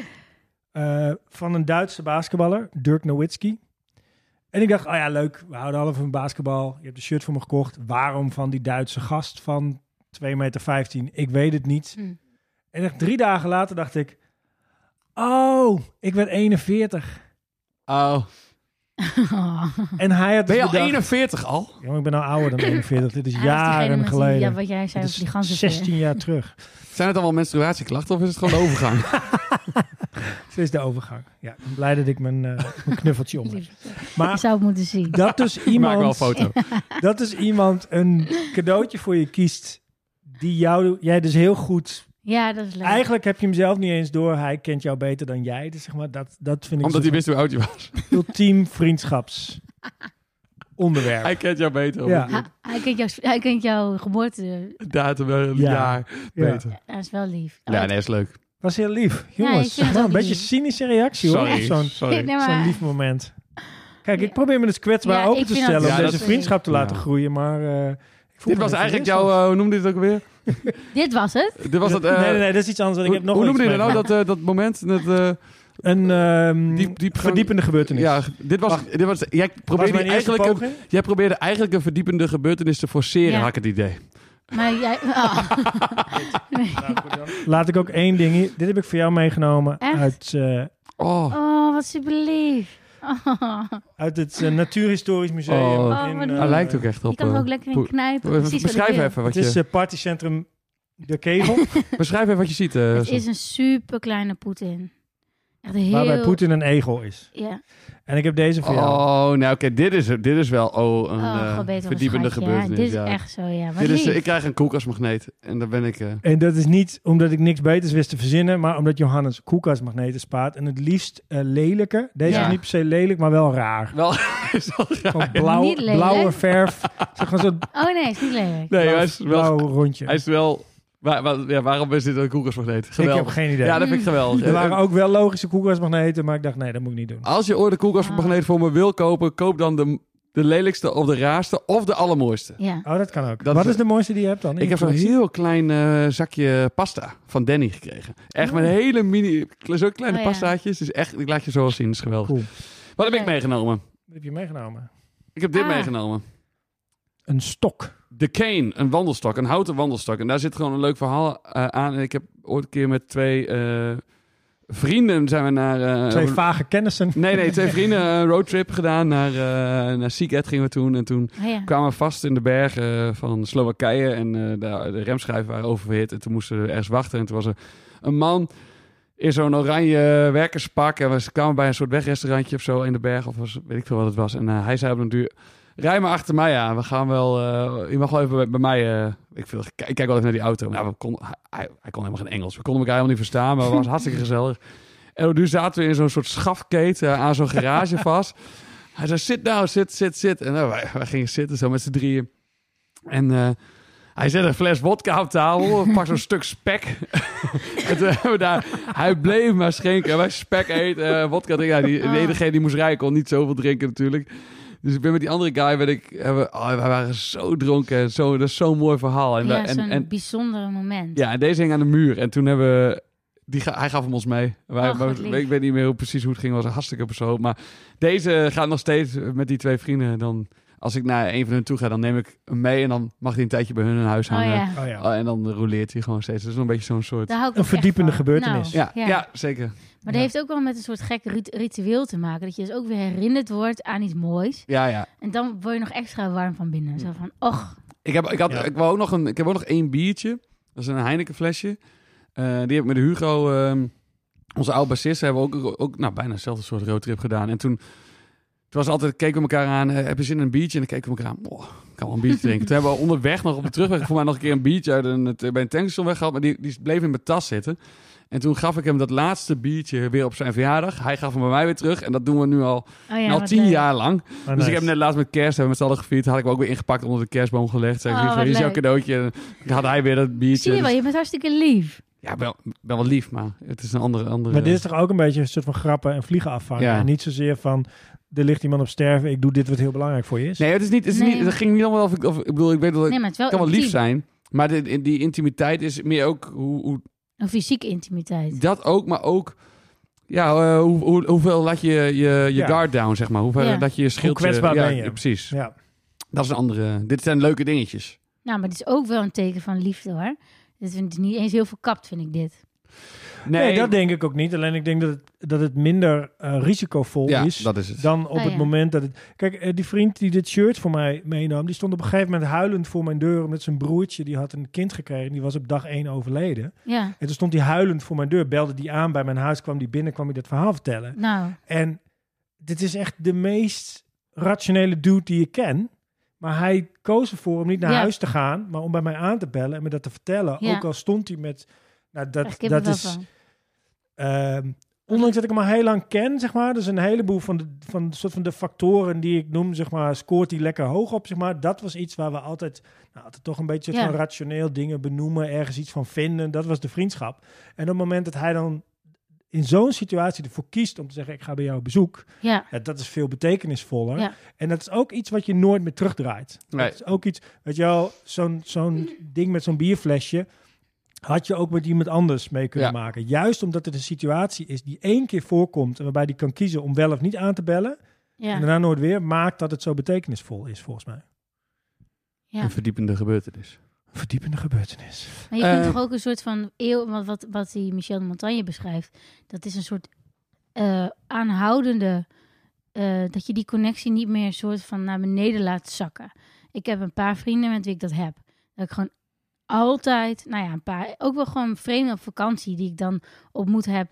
B: Eh, van een Duitse basketballer, Dirk Nowitzki. En ik dacht, oh ja, leuk, we houden allemaal van basketbal. Je hebt een shirt voor me gekocht. Waarom van die Duitse gast van 2,15 meter? Ik weet het niet.
A: Hm.
B: En echt drie dagen later dacht ik, oh, ik werd
A: *laughs*
B: 41.
C: Oh.
A: *laughs* Oh.
B: En hij had dus
C: Ben je al
B: bedacht-
C: 41 al?
B: Ja, maar ik ben nou ouder dan 41. Dit is
A: Hij was degene
B: jaren
A: Ah, met die-
B: geleden.
A: ja, wat jij zei
B: Dit
A: over die
B: is
A: ganzen.
B: 16 jaar terug.
C: Zijn het allemaal menstruatieklachten of is het *laughs* gewoon de overgang?
B: Dit is de overgang. Ja, ik ben blij dat ik mijn, eh, mijn knuffeltje
A: *laughs*
B: om heb.
A: Ik
B: Maar
A: zou het moeten zien.
B: dat dus
C: Ik maak wel een
B: iemand,
C: foto.
B: dat dus iemand een cadeautje voor je kiest die jou, jij dus heel goed...
A: Ja, dat is leuk.
B: Eigenlijk heb je hem zelf niet eens door. Hij kent jou beter dan jij. Dus zeg maar, dat, dat vind ik dus
C: Omdat hij
B: een
C: wist hoe oud je was.
B: ultiem vriendschapsonderwerp.
C: *laughs* Hij kent jou beter.
B: Ja.
C: Ja.
A: Hij, hij kent jouw, hij kent jouw geboorte.
C: Datum, eh,
B: Ja.
C: jaar,
B: Ja.
C: beter.
A: Dat is wel lief. Oh, *laughs*
C: Ja, nee, is leuk.
B: Was heel lief.
A: Ja, ik
B: Jongens,
A: vind het
B: wat
A: ook
B: een beetje
A: lief.
B: cynische reactie hoor.
C: Sorry.
B: Zo'n
C: Sorry.
A: Nee, maar-
B: Zo'n lief moment. Kijk, ik probeer me dus kwetsbaar
A: Ja,
B: open
A: ik
B: te
A: vind
B: stellen
C: dat-
B: om
C: Ja,
B: deze
C: dat-
B: vriendschap te
C: Ja.
B: laten groeien, maar... eh, ik voel
C: Dit
B: me
C: was
B: net
C: eigenlijk
B: verwisseld.
C: jouw, eh, hoe noemde je het ook weer?
A: Dit was het.
C: Dit was dat, eh,
B: nee, nee, nee, dat is iets anders. want Ik
C: hoe,
B: heb nog wel
C: hoe noemde je
B: iets
C: dat nou dat, eh, dat moment? Dat, eh,
B: meegemaakt. Een ehm,
C: diep, diep
B: verdiepende gebeurtenis.
C: Ja, dit was, dit was, jij,
B: was
C: probeerde
B: mijn eerste
C: eigenlijk een,
B: poging.
C: jij probeerde eigenlijk een verdiepende gebeurtenis te forceren,
A: Ja.
C: had ik het idee.
A: Maar
B: *laughs*
A: jij... oh. Nee.
B: Nou. Laat ik ook één ding... hier- Dit heb ik voor jou meegenomen
A: Echt?
B: uit, eh,
C: Oh,
A: Oh, wat super lief. Oh.
B: uit het eh, Natuurhistorisch Museum.
C: Oh.
A: Oh, wat
B: eh,
A: lief.
C: hij lijkt ook echt op...
A: Je kan er
C: eh,
A: ook lekker in
C: poe-
A: knijpen. Precies wat ik
C: Beschrijf
A: wil.
C: even, wat
B: Het is
C: je,
B: eh, partycentrum De
A: *laughs*
B: Kegel,
C: beschrijf even wat je ziet. eh,
A: Het
C: Sam.
A: is een super kleine Poetin. Echt heel...
B: waarbij Poetin een egel is.
A: Ja.
B: En ik heb deze voor jou.
C: Oh, nou oké, dit, is, dit is wel oh, een
A: Oh,
C: eh,
A: gewoon beter
C: verdiepende gebeurtenis.
A: Dit is
C: ja.
A: echt zo, ja. Wat
C: Dit is,
A: lief.
C: eh, ik krijg een koelkastmagneet en daar ben ik... eh,
B: En dat is niet omdat ik niks beters wist te verzinnen, maar omdat Johannes koelkastmagneten spaart. En het liefst eh, lelijke. Deze
A: Ja.
B: is niet per se lelijk, maar wel
A: *laughs*
B: raar.
C: wel, *laughs* is wel raar.
B: Gewoon blauw,
A: Niet lelijk.
B: blauwe verf. zeg maar zo'n
A: Oh nee, is niet lelijk.
C: Nee,
B: blauw,
C: hij is wel...
B: blauw nou rondje.
C: Hij is wel waar, waar- ja, waarom is dit een koelkastmagneet?
B: ik
C: Geweldig.
B: heb geen idee.
C: Ja, dat eh, vind ik geweldig.
B: er waren ook wel logische koelkastmagneten, maar ik dacht, nee, dat moet ik niet doen.
C: Als je ooit een
A: Ah.
C: koelkastmagneet voor me wil kopen, koop dan de, de lelijkste of de raarste of de allermooiste.
A: Ja.
B: Oh, dat kan ook.
C: Dat
B: Wat
C: is-
B: is de mooiste die je hebt dan?
C: Ik heb zo'n heel klein eh, zakje pasta van Danny gekregen. Echt
B: Oh.
C: met hele mini, zo kleine
A: Oh, ja.
C: pastaatjes. Dus echt, ik laat je zo wel zien. Dat is geweldig.
B: Cool.
C: Wat heb ik
A: Leuk.
C: meegenomen?
B: Wat heb je meegenomen?
C: Ik heb dit
A: Ah.
C: meegenomen.
B: Een stok.
C: De cane, een wandelstok, een houten wandelstok. En daar zit gewoon een leuk verhaal eh, aan. Ik heb ooit een keer met twee eh, vrienden zijn we naar... eh,
B: Twee vage kennissen. Oh
C: nee, nee, twee vrienden een roadtrip gedaan naar, eh naar Siget gingen we toen. En toen
A: Ah, ja.
C: kwamen we vast in de bergen eh, van Slowakije en eh, de, de remschijven waren oververhit. En toen moesten we ergens wachten en toen was er een man in zo'n oranje werkerspak. En we kwamen bij een soort wegrestaurantje of zo in de berg of was, weet ik veel wat het was. En eh, hij zei op een duur, rij maar achter mij aan. We gaan wel, eh, je mag wel even bij, bij mij, eh, ik, vind, ik kijk wel even naar die auto. Nou, we kon, hij, hij- hij kon helemaal geen Engels. We konden elkaar helemaal niet verstaan, maar het was hartstikke gezellig. En nu zaten we in zo'n soort schafketen aan zo'n garage vast. Hij zei, zit nou, zit, zit, zit. En nou, wij, wij gingen zitten, zo met z'n drieën. En eh, hij zette een fles vodka op tafel, pak zo'n stuk spek. *laughs* en toen hebben we daar, hij bleef maar schenken. En wij spek eten, eh, vodka drinken. Ja, die,
A: Ah.
C: de ene degene die moest rijden kon niet zoveel drinken natuurlijk. Dus ik ben met die andere guy, ben ik, hebben, oh, wij waren zo dronken. en Zo, dat is zo'n mooi verhaal. En,
A: Ja,
C: en,
A: zo'n
C: en-
A: bijzonder moment.
C: ja, en deze hing aan de muur. En toen hebben we... Die ga- hij gaf hem ons mee. Wij,
A: Oh, wat lief.
C: ik weet niet meer hoe, precies hoe het ging. was een hartstikke persoon. Maar deze gaat nog steeds met die twee vrienden. Dan, als ik naar een van hun toe ga, dan neem ik hem mee. En dan mag hij een tijdje bij hun in huis
A: Oh
C: hangen.
A: ja,
B: Oh ja.
C: Oh, en dan rouleert hij gewoon steeds. Dat is een beetje zo'n soort...
A: daar hou ik
B: Een
A: ook echt
B: verdiepende
A: van.
B: gebeurtenis.
A: Nou,
C: Ja, ja. zeker.
A: Maar
B: Ja.
A: dat heeft ook wel met een soort gek rit- ritueel te maken. Dat je dus ook weer herinnerd wordt aan iets moois.
C: Ja, ja.
A: En dan word je nog extra warm van binnen. Zo van, och,
C: Ik heb, ik, had,
B: Ja.
C: ik, wou ook nog een, ik heb ook nog één biertje. Dat is een Heineken flesje. Eh, die heb ik met Hugo, ehm, onze oude bassist, hebben we ook, ook nou, bijna hetzelfde soort roadtrip gedaan. En toen het was altijd, keken we elkaar aan, eh, heb je zin in een biertje? En dan keken we elkaar aan, oh, ik kan wel een biertje drinken. toen hebben we onderweg nog op de terugweg voor mij nog een keer een biertje uit een, het- bij een tankstation weggehaald. Maar die, die bleef in mijn tas zitten. En toen gaf ik hem dat laatste biertje weer op zijn verjaardag. Hij gaf hem bij mij weer terug. En dat doen we nu al,
A: oh ja,
C: al
A: wat
C: Nou, tien
A: leuk.
C: jaar lang.
B: Ah,
C: Dus
B: nice.
C: ik heb net laatst met kerst, hebben we met z'n allen gevierd. Had ik hem ook weer ingepakt onder de kerstboom gelegd. Zei ik,
A: Oh,
C: "Hier,
A: wat
C: hier is jouw
A: leuk."
C: cadeautje. Dan had hij weer dat biertje.
A: Zie je wel,
C: Dus-
A: je bent hartstikke lief.
C: ja, wel, wel wel lief, maar het is een andere... andere
B: Maar dit is toch ook een beetje een soort van grappen en vliegen afvangen.
C: Ja.
B: En niet zozeer van, er ligt iemand op sterven, ik doe dit wat heel belangrijk voor je is.
C: Nee, het, is niet, het, is
A: Nee.
C: niet, het ging niet allemaal of ik... Of, ik bedoel, ik weet wel,
A: Nee, maar het is wel
C: het kan wel lief
A: intiem.
C: zijn. Maar de- die intimiteit is meer ook hoe, hoe
A: Een fysieke intimiteit.
C: dat ook, maar ook... Ja, eh, hoe, hoe- hoeveel laat je je, je
B: Ja.
C: guard down, zeg maar. Hoeveel
A: Ja.
C: laat je je schild...
B: kwetsbaar
C: ja,
B: ben je?
C: ja, precies.
B: Ja.
C: Dat is een andere... Dit zijn leuke dingetjes.
A: Nou, maar het is ook wel een teken van liefde hoor. Dit vind ik niet eens heel verkapt, vind ik dit.
B: Nee, dat denk ik ook niet. Alleen ik denk dat het, dat het minder eh, risicovol
C: ja,
B: is
C: dat is het.
B: dan op
A: Ah,
B: het
A: ja.
B: moment dat het... Kijk, eh, die vriend die dit shirt voor mij meenam, die stond op een gegeven moment huilend voor mijn deur, omdat zijn broertje, die had een kind gekregen, die was op dag één overleden.
A: Ja,
B: En toen stond hij huilend voor mijn deur, belde die aan bij mijn huis, kwam die binnen, kwam hij dat verhaal vertellen.
A: nou,
B: En dit is echt de meest rationele dude die ik ken. Maar hij koos ervoor om niet naar
A: Ja.
B: huis te gaan, maar om bij mij aan te bellen en me dat te vertellen.
A: Ja.
B: Ook al stond hij met. Nou,
A: dat,
B: dat,
A: ik
B: dat
A: wel
B: is.
A: van.
B: ehm, ondanks dat ik hem al heel lang ken, zeg maar. Dus een heleboel van de, van, de soort van de factoren die ik noem, zeg maar. Scoort hij lekker hoog op, zeg maar. Dat was iets waar we altijd. Nou, altijd toch een beetje soort
A: Ja.
B: van rationeel dingen benoemen, ergens iets van vinden. Dat was de vriendschap. En op het moment dat hij dan in zo'n situatie ervoor kiest om te zeggen: Ik ga bij jou op bezoek.
A: Ja,
B: Ja, dat is veel betekenisvoller.
A: Ja.
B: En dat is ook iets wat je nooit meer terugdraait.
C: Nee.
B: Dat is ook iets, weet je wel, zo'n zo'n ding met zo'n bierflesje had je ook met iemand anders mee kunnen
C: Ja.
B: maken. Juist omdat het een situatie is die één keer voorkomt en waarbij die kan kiezen om wel of niet aan te bellen en
A: ja,
B: daarna nooit weer, maakt dat het zo betekenisvol is volgens mij.
A: ja.
C: Een verdiepende gebeurtenis.
B: Verdiepende gebeurtenis.
A: Maar je kunt
C: Eh,
A: toch ook een soort van eeuw, wat, wat, wat die Michel de Montagne beschrijft, dat is een soort eh, aanhoudende, eh, dat je die connectie niet meer een soort van naar beneden laat zakken. Ik heb een paar vrienden met wie ik dat heb. Dat ik gewoon altijd, nou ja, een paar, ook wel gewoon vreemden op vakantie die ik dan ontmoet heb.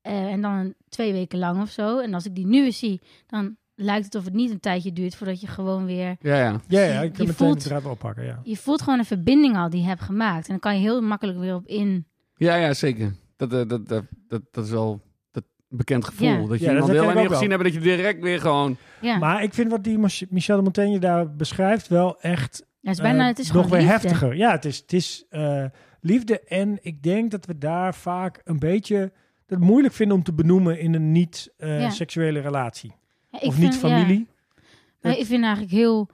A: eh, en dan een- twee weken lang of zo. En als ik die nu weer zie, dan lijkt het of het niet een tijdje duurt voordat je gewoon weer
C: Ja, ja.
B: Ja, ja, ik
A: Je
B: kan meteen
A: voelt-
B: het eruit wel oppakken, ja.
A: je voelt gewoon een verbinding al die je hebt gemaakt. En dan kan je heel makkelijk weer op in.
C: Ja, ja, zeker. Dat, eh, dat, dat, dat, dat is wel dat bekend gevoel.
A: Ja.
C: Dat je
B: Ja, dat
C: iemand
B: herken
C: heel
B: ik
C: lang
B: ook
C: niet gezien hebt, dat je direct weer gewoon...
A: Ja,
B: Maar ik vind wat die Mich- Michel de Montaigne daar beschrijft wel echt
A: Ja, het is bijna,
B: Eh,
A: het is
B: nog weer
A: gewoon liefde.
B: heftiger. Ja, het is, het is eh, liefde. En ik denk dat we daar vaak een beetje dat moeilijk vinden om te benoemen in een
A: Ja.
B: niet-seksuele relatie.
A: Ja, ik
B: of
A: vind-
B: niet familie.
A: Ja. Maar ik vind eigenlijk heel,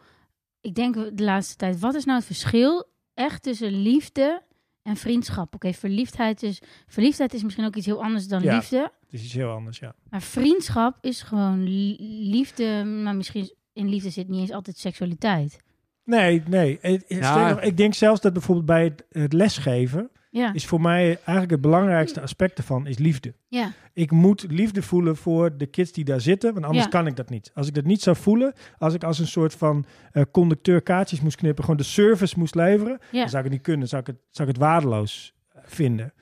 A: ik denk de laatste tijd, wat is nou het verschil echt tussen liefde en vriendschap? Oké, verliefdheid is, verliefdheid is misschien ook iets heel anders dan
B: Ja.
A: liefde.
B: Het is iets heel anders, ja.
A: Maar vriendschap is gewoon li- liefde, maar misschien in liefde zit niet eens altijd seksualiteit.
B: Nee, nee. Het- het-
C: Ja.
B: sterker nog, Ik denk zelfs dat bijvoorbeeld bij het, het lesgeven...
A: Ja,
B: is voor mij eigenlijk het belangrijkste aspect ervan is liefde.
A: ja,
B: Ik moet liefde voelen voor de kids die daar zitten, want anders
A: Ja.
B: kan ik dat niet. Als ik dat niet zou voelen, als ik als een soort van eh, conducteur kaartjes moest knippen, gewoon de service moest leveren,
A: ja.
B: dan zou ik het niet kunnen, zou ik het, zou ik het waardeloos eh, vinden.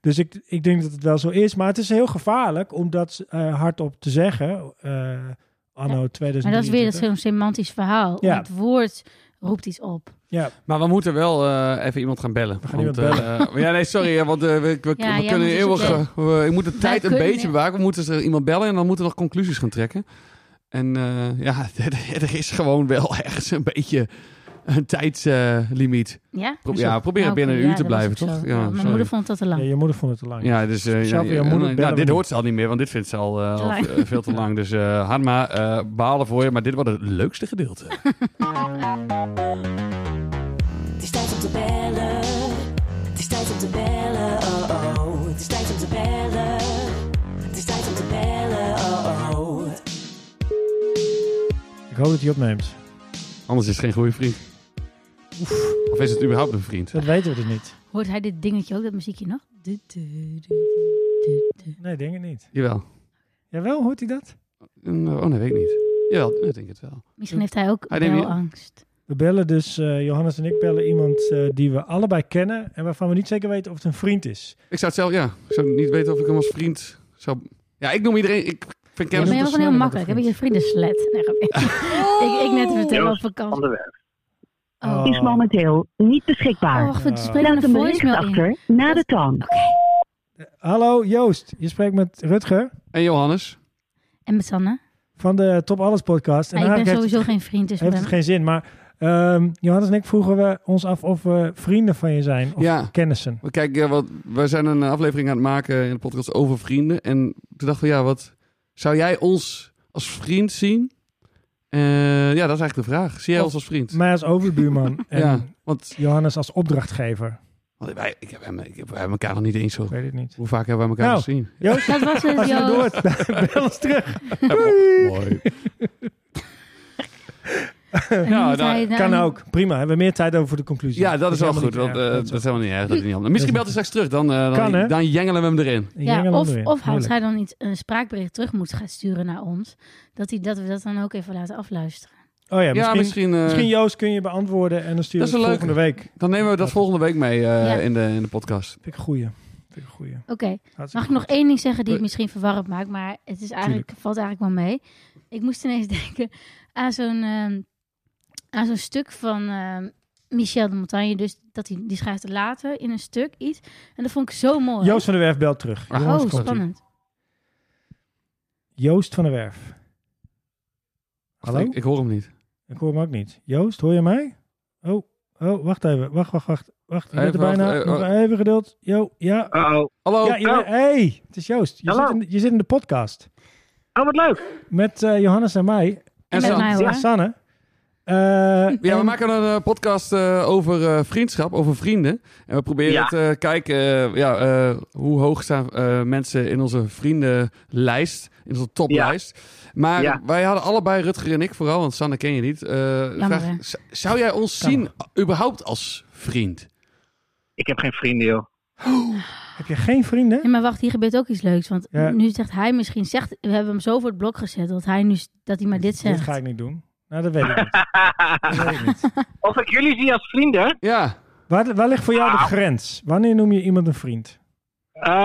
B: Dus ik, ik denk dat het wel zo is, maar het is heel gevaarlijk om dat eh, hardop te zeggen, eh, anno 2000.
A: Maar dat is weer dat zo'n semantisch verhaal.
B: Ja.
A: Het woord roept iets op.
B: Ja,
C: Maar we moeten wel eh, even iemand gaan bellen.
B: gaan
C: want,
B: iemand
C: eh, *laughs* ja, nee, sorry, hè, want eh, we, we,
A: Ja,
C: we
A: jij
C: kunnen
A: moet dus
C: eeuwig...
A: ook,
C: eh, we- ik moet de tijd een
A: kunnen,
C: beetje
A: hè.
C: bewaken. We moeten dus iemand bellen en dan moeten we nog conclusies gaan trekken. En eh, ja, *laughs* er, er is gewoon wel *laughs* ergens een beetje een tijdslimiet.
A: Ja?
C: Pro-
B: Is
C: ja,
B: dat-
C: proberen
A: Ah, oké,
C: binnen een
A: ja,
C: uur te
A: dat was
C: blijven,
A: ook
C: toch?
A: zo.
C: Ja,
A: Mijn
C: sorry.
A: moeder vond dat te lang.
B: ja, je moeder vond het te lang.
C: Ja, dus eh,
B: Zelf
C: ja,
B: je
C: ja,
B: moeder
C: nou,
B: bellen
C: dit
B: we
C: hoort ze al niet meer, want dit vindt ze al, eh,
A: Te
C: al
A: lang.
C: ve- veel te lang. Dus eh Harma, eh, balen voor je, maar dit wordt het leukste gedeelte.
D: Het is tijd om te bellen. Het is tijd om te bellen. Oh oh. Het is tijd om te bellen. Het is tijd om te bellen. Oh oh.
B: Ik hoop dat hij opneemt.
C: *laughs* Anders is het geen goede vriend. Of is het überhaupt een vriend?
B: Dat weten we dus niet.
A: Hoort hij dit dingetje ook, dat muziekje nog? Du- du- du- du- du-
B: Nee, denk ik niet.
C: Jawel.
B: Jawel, hoort hij dat?
C: Mm, Oh nee, weet ik niet. Jawel, ik denk het wel.
A: Misschien heeft hij ook
C: Hij denkt niet-
A: belangst.
B: We bellen dus, eh, Johannes en ik bellen iemand eh, die we allebei kennen en waarvan we niet zeker weten of het een vriend is.
C: Ik zou het zelf, ja, ik zou niet weten of ik hem als vriend zou... Ja, ik noem iedereen, ik vind
A: Ja,
B: dat
A: maar
C: kennis...
A: je
B: is
A: was heel
B: een
A: makkelijk. Heb je je vrienden slet? Nee, grapje.
B: *laughs*
A: ik, ik net te vertellen op vakantie.
F: onderweg.
A: Oh.
B: Oh.
G: is momenteel niet beschikbaar.
A: Oh, goed. Spreek
G: Laat
A: een
G: een bericht
A: voicemail in.
G: achter na de toon.
B: Hallo Joost, je spreekt met Rutger
C: En Johannes?
A: En met Sanne?
B: van de Top Alles podcast. En
A: Nou, ik ben
B: eigenlijk heeft,
A: sowieso geen vriend, dus ik
B: heeft
A: ben...
B: het geen zin, maar ehm, Johannes en ik vroegen we ons af of we vrienden van je zijn of
C: Ja.
B: kennissen.
C: Want Kijk, eh, wat, we zijn een aflevering aan het maken in de podcast over vrienden. En toen dachten we, ja, wat zou jij ons als vriend zien? Eh, ja, dat is eigenlijk de vraag. Zie jij
B: Of
C: ons als vriend?
B: Mij als
C: *laughs*
B: overbuurman en
C: ja, want,
B: Johannes als opdrachtgever.
C: want wij, ik heb, hem- ik heb, wij hebben elkaar nog niet eens zo...
B: Ik weet het niet.
C: Hoe vaak hebben wij elkaar
B: Nou.
C: gezien?
B: Joost,
A: Dat was het,
B: als je het *laughs*
A: Joost.
B: hoort, bel ons terug.
C: Mooi.
A: En nu
C: Ja,
A: moet
C: nou,
A: hij dan-
B: Kan ook, prima. Hebben we meer tijd over voor de conclusie.
C: *laughs* Ja, dat is wel
B: helemaal
C: goed.
B: niet
C: Want,
B: erg.
C: eh,
B: Dat
C: dat
B: is
C: is helemaal niet erg. Dat is niet handig. Misschien
B: Dat
C: belt hij
B: is-
C: straks terug. Dan, eh,
B: Kan, hè?
C: dan, dan jengelen we hem erin.
B: wel- Ik
A: Ja,
B: hengel hem
A: of,
B: erin.
A: of als
B: Heerlijk.
A: hij dan iets, een spraakbericht terug moet gaan sturen naar ons, dat, hij, dat we dat dan ook even laten afluisteren.
B: Oh ja,
C: Ja,
B: misschien,
C: misschien... eh,
B: Misschien Joost kun je beantwoorden en dan stuur
C: Dat
B: ik
C: is
B: het
C: een
B: volgende week. Vind
C: dan nemen we dat volgende week mee eh,
A: Ja.
C: in, de, in de podcast.
B: ik een goeie. Vind ik een goeie.
A: Oké,
B: Hartstikke
A: mag ik nog
B: goed.
A: één ding zeggen die het misschien verwarrend maakt, maar het is eigenlijk, valt eigenlijk wel mee. Ik moest ineens *laughs* denken aan zo'n ehm, aan zo'n stuk van ehm, Michel de Montagne, dus dat hij, die schrijft later in een stuk iets. En dat vond ik zo mooi.
B: Joost van der Werf belt terug.
C: Ah,
B: Jongens,
A: oh,
B: komt-ie.
A: spannend.
B: Joost van der Werf. Hallo?
C: Ik,
B: Ik,
C: ik hoor hem niet.
B: hoor hem ook niet. Joost, hoor je mij? Oh, oh wacht even. Wacht, wacht, wacht. Wacht, je bent er
C: Even
B: bijna.
C: wacht, eh,
B: Nog even geduld. Jo, ja.
F: Oh,
C: Hallo?
B: ja, je- hey, het is Joost. Je
F: Hallo.
B: zit, in, je zit in de podcast
F: oh, wat leuk.
B: met eh, Johannes en mij.
A: En met
C: Sanne?
A: mij
B: Ja,
A: hoor.
B: Sanne. Eh,
C: Ja, we
B: en-
C: maken een eh, podcast eh, over eh, vriendschap, over vrienden. En we proberen
F: Ja.
C: te kijken eh, ja, eh, hoe hoog staan eh, mensen in onze vriendenlijst, in onze toplijst. Maar
F: Ja.
C: wij hadden allebei, Rutger en ik vooral, want Sanne ken je niet. eh, de vraag,
A: hè?
C: z- zou jij ons
B: Kan
C: zien überhaupt als vriend?
F: Ik heb geen vrienden, joh. *laughs*
B: Heb je geen vrienden?
A: Ja, maar wacht, hier gebeurt ook iets leuks. Want
B: Ja.
A: nu zegt hij misschien, zegt, we hebben hem zo voor het blok gezet dat hij nu dat hij maar dit zegt.
B: Dit ga ik niet doen. Nou, dat weet ik niet. Dat weet ik niet.
F: of ik jullie zie als vrienden?
C: Ja,
B: Waar, waar ligt voor jou de grens? Wanneer noem je iemand een vriend?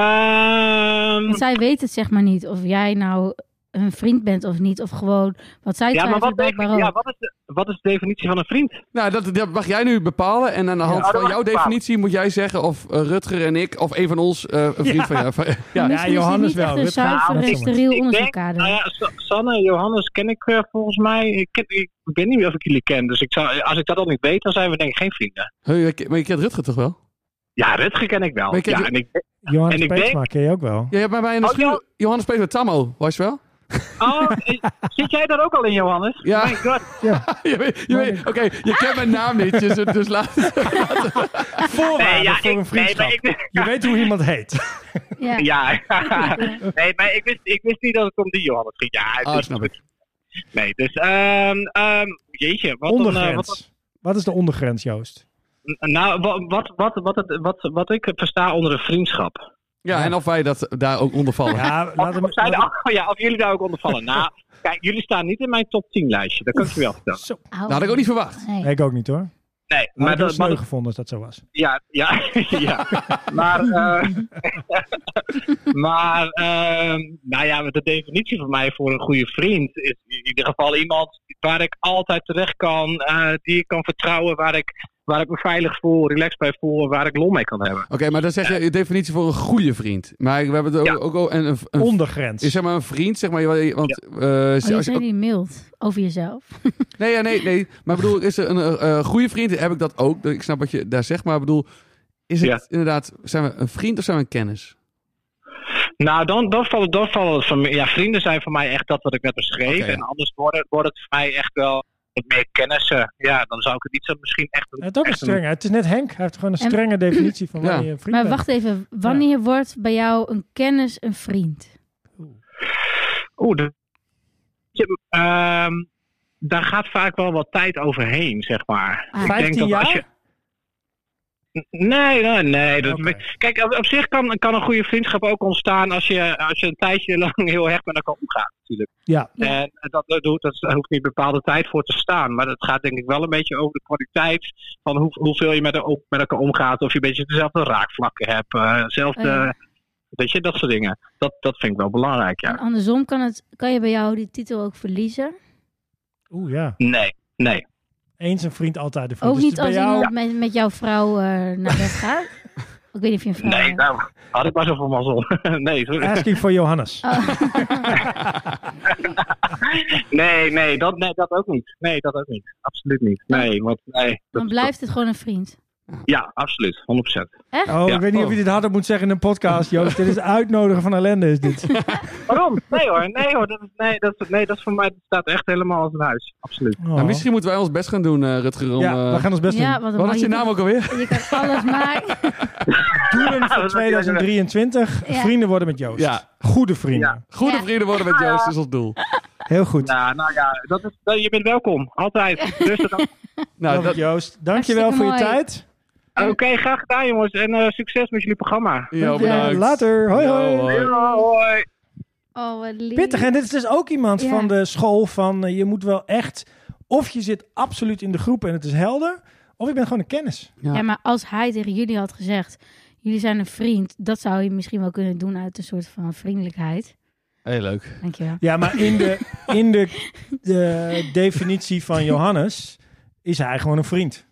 F: Ehm,
A: Want zij weet het zeg maar niet of jij nou een vriend bent of niet. Of gewoon, wat zij
F: ja, maar
A: twijfelt
F: wat,
A: blijkbaar ook.
F: ja, wat, is de, wat is de definitie van een vriend?
C: nou dat, dat mag jij nu bepalen. En aan de hand
F: Oh, dat
C: van
F: mag
C: jouw
F: ik bepalen.
C: definitie moet jij zeggen of eh, Rutger en ik, of een van ons, eh, een vriend
B: Ja.
C: van *laughs* jou... van-
A: Maar
C: ja.
A: misschien is dit
B: Johannes
A: niet
B: wel.
A: echt een
B: Dit gaat-
A: zuiver,
B: Nou,
A: en
B: ik-
A: steril
F: ik
A: onderzoekkader.
F: Nou ja, Sa- Sanne, Johannes ken ik eh, volgens mij. Ik, ken, ik weet niet of ik jullie ken. Dus ik zou, als ik dat al niet weet, dan zijn we denk ik geen vrienden.
C: Hey, maar je- maar je kent Rutger toch wel?
F: Ja, Rutger ken ik wel.
C: Maar ik-
F: ja, en ik,
B: Johannes
F: En ik
B: Peetsma
F: denk-
B: ken je ook wel.
C: Ja, je hebt bij mij in de
F: Oh,
C: schuur...
F: ja.
C: Johannes Peter met Tammo, was je wel?
F: oh, *laughs* eh, zit jij daar ook al in, Johannes? Oh
C: Ja.
F: My god.
C: Je weet, je weet, Oké, je kent mijn naam niet, dus, dus laat... Oh,
B: Voorwaarden
F: Nee, ja,
B: voor
F: ik-
B: een vriendschap.
F: nee, maar ik- *laughs*
B: Je weet hoe iemand heet.
A: Ja.
F: Ja, nee, maar ik wist, ik wist niet dat het om die Johannes ging. Ja,
C: Ah,
F: dus-
C: snap ik.
F: Nee, dus ehm, ehm, jeetje, wat een, eh, wat
B: Ondergrens. Wat is de ondergrens, Joost?
F: Nou, wa- wat, wat, wat, het- wat, wat, ik versta onder een vriendschap.
C: Ja, en of wij dat daar ook onder vallen.
B: Ja,
F: Of,
B: laten
F: of, zij
B: we...
F: daar- ja, of jullie daar ook onder vallen. nou, kijk, jullie staan niet in mijn top 10 lijstje. Dat kan ik je wel vertellen.
B: Zo.
C: nou, Dat had ik ook niet verwacht.
A: Nee.
B: Nee, ik ook niet hoor.
F: Nee,
B: Maar
F: maar
B: ik had
F: dat,
B: het sneu
F: wat,
B: gevonden als dat zo was.
F: Ja, ja, *laughs* ja. maar, eh, *laughs* maar eh, nou ja, de definitie van mij voor een goede vriend is in ieder geval iemand waar ik altijd terecht kan, eh, die ik kan vertrouwen, waar ik, waar ik me veilig voel, relaxed bij voel, en waar ik lol mee kan hebben.
C: Oké, maar dan zeg je je definitie voor een goede vriend. Maar we hebben het ook,
F: Ja.
C: ook al- en een, een,
B: Ondergrens.
C: is zeg maar een vriend, zeg maar. Want, eh, als
A: Oh, je
C: je-
A: bent niet mild over jezelf.
C: nee, ja, nee, nee. Maar bedoel, is er een eh, eh, goede vriend? Heb ik dat ook? Ik snap wat je daar zegt, maar bedoel, is het
F: Ja.
C: inderdaad, zijn we een vriend of zijn we een kennis?
F: Nou, dan, dan vallen dan vallen het van mij. Ja, vrienden zijn voor mij echt dat wat ik net beschreef.
C: Oké, ja.
F: En anders wordt het, wordt het voor mij echt wel wat meer kennissen. Ja, dan zou ik het niet zo misschien echt.
B: Hij heeft ook een
F: echt een-
B: strenge. Het is net Henk. Hij heeft gewoon een
A: En-
B: strenge definitie van
C: Ja.
B: wanneer je een vriend
A: Maar
B: bent.
A: wacht even, wanneer wordt bij jou een kennis een vriend?
F: Oeh, de- Je- ehm, daar gaat vaak wel wat tijd overheen, zeg maar.
A: Ah.
F: Ik denk
B: 15
F: dat
B: jaar?
F: als Nee, nee, nee. Dat...
B: Oké.
F: Kijk, op, op zich kan, kan een goede vriendschap ook ontstaan als je, als je een tijdje *laughs* lang heel hecht met elkaar omgaat, natuurlijk.
B: Ja.
A: Ja.
F: En eh, dat, dat, hoeft- dat hoeft niet bepaalde tijd voor te staan. Maar dat gaat denk ik wel een beetje over de kwaliteit van hoe, hoeveel je met, el- ook met elkaar omgaat. Of je een beetje dezelfde raakvlakken hebt. eh, zelfde,
A: Oh ja.
F: Weet je, dat soort dingen. Dat, dat vind ik wel belangrijk, ja.
A: En andersom kan, het, kan je bij jou die titel ook verliezen.
B: Oeh ja.
F: Nee, nee.
B: Eens een vriend, altijd een vriend.
A: Ook
B: Dus
A: Oh, niet
B: het
A: als
B: is bij jou...
A: iemand met, met jouw vrouw eh, naar bed gaat. ik weet niet of je een vrouw
F: Nee,
A: hebt.
F: nou, had ik maar zoveel mazzel. *laughs* nee, sorry.
B: Asking voor Johannes.
F: nee, nee dat, nee, dat ook niet. Nee, dat ook niet. Absoluut niet. Nee, want nee. dat-
A: Dan blijft het gewoon een vriend.
F: Ja, absoluut.
A: *laughs*
F: 100%.
B: Oh,
F: Ja.
B: ik weet niet of je dit harder moet zeggen in een podcast, Joost. dit is uitnodigen van ellende, is dit.
F: Waarom? Nee hoor, nee hoor. Dat is, nee, dat, is- nee, dat is voor mij, dat staat echt helemaal als een huis. Absoluut.
B: Oh.
C: Nou, misschien moeten wij ons best gaan doen, eh, Rutger. Om,
B: ja, we
C: eh,
B: gaan ons best
A: Ja,
B: doen.
A: want dan
C: wat
A: mag
C: was je nou- naam ook alweer?
A: Je kan alles maken.
B: Doelen
F: *laughs* Ja,
B: voor
F: dat-
B: 2023.
A: Ja.
B: Vrienden worden met Joost.
C: Ja.
B: Goede vrienden.
C: Goede
A: Ja.
C: vrienden worden met Joost is ons doel.
B: Heel goed.
F: Nou, nou ja, dat is, dat- je bent welkom. Altijd. Dus dat-
C: Nou,
B: Love it,
C: dat,
B: Joost. Dankjewel voor je
A: Hartstikke mooi.
B: tijd.
F: Oké, graag gedaan jongens. En eh, succes met jullie programma.
C: Jo, bedankt.
B: Later. Hoi,
C: Jo,
B: hoi.
F: Ja, hoi.
A: Oh, wat lief.
B: Pittig. En dit is dus ook iemand
A: Ja.
B: van de school van eh, je moet wel echt... Of je zit absoluut in de groep en het is helder. Of je bent gewoon een kennis.
A: Ja, maar als hij tegen jullie had gezegd... Jullie zijn een vriend. Dat zou je misschien wel kunnen doen uit een soort van vriendelijkheid.
C: Heel leuk.
A: Dankjewel.
B: Ja, maar in
A: *laughs*
B: de, in de, de definitie van Johannes is hij gewoon een vriend.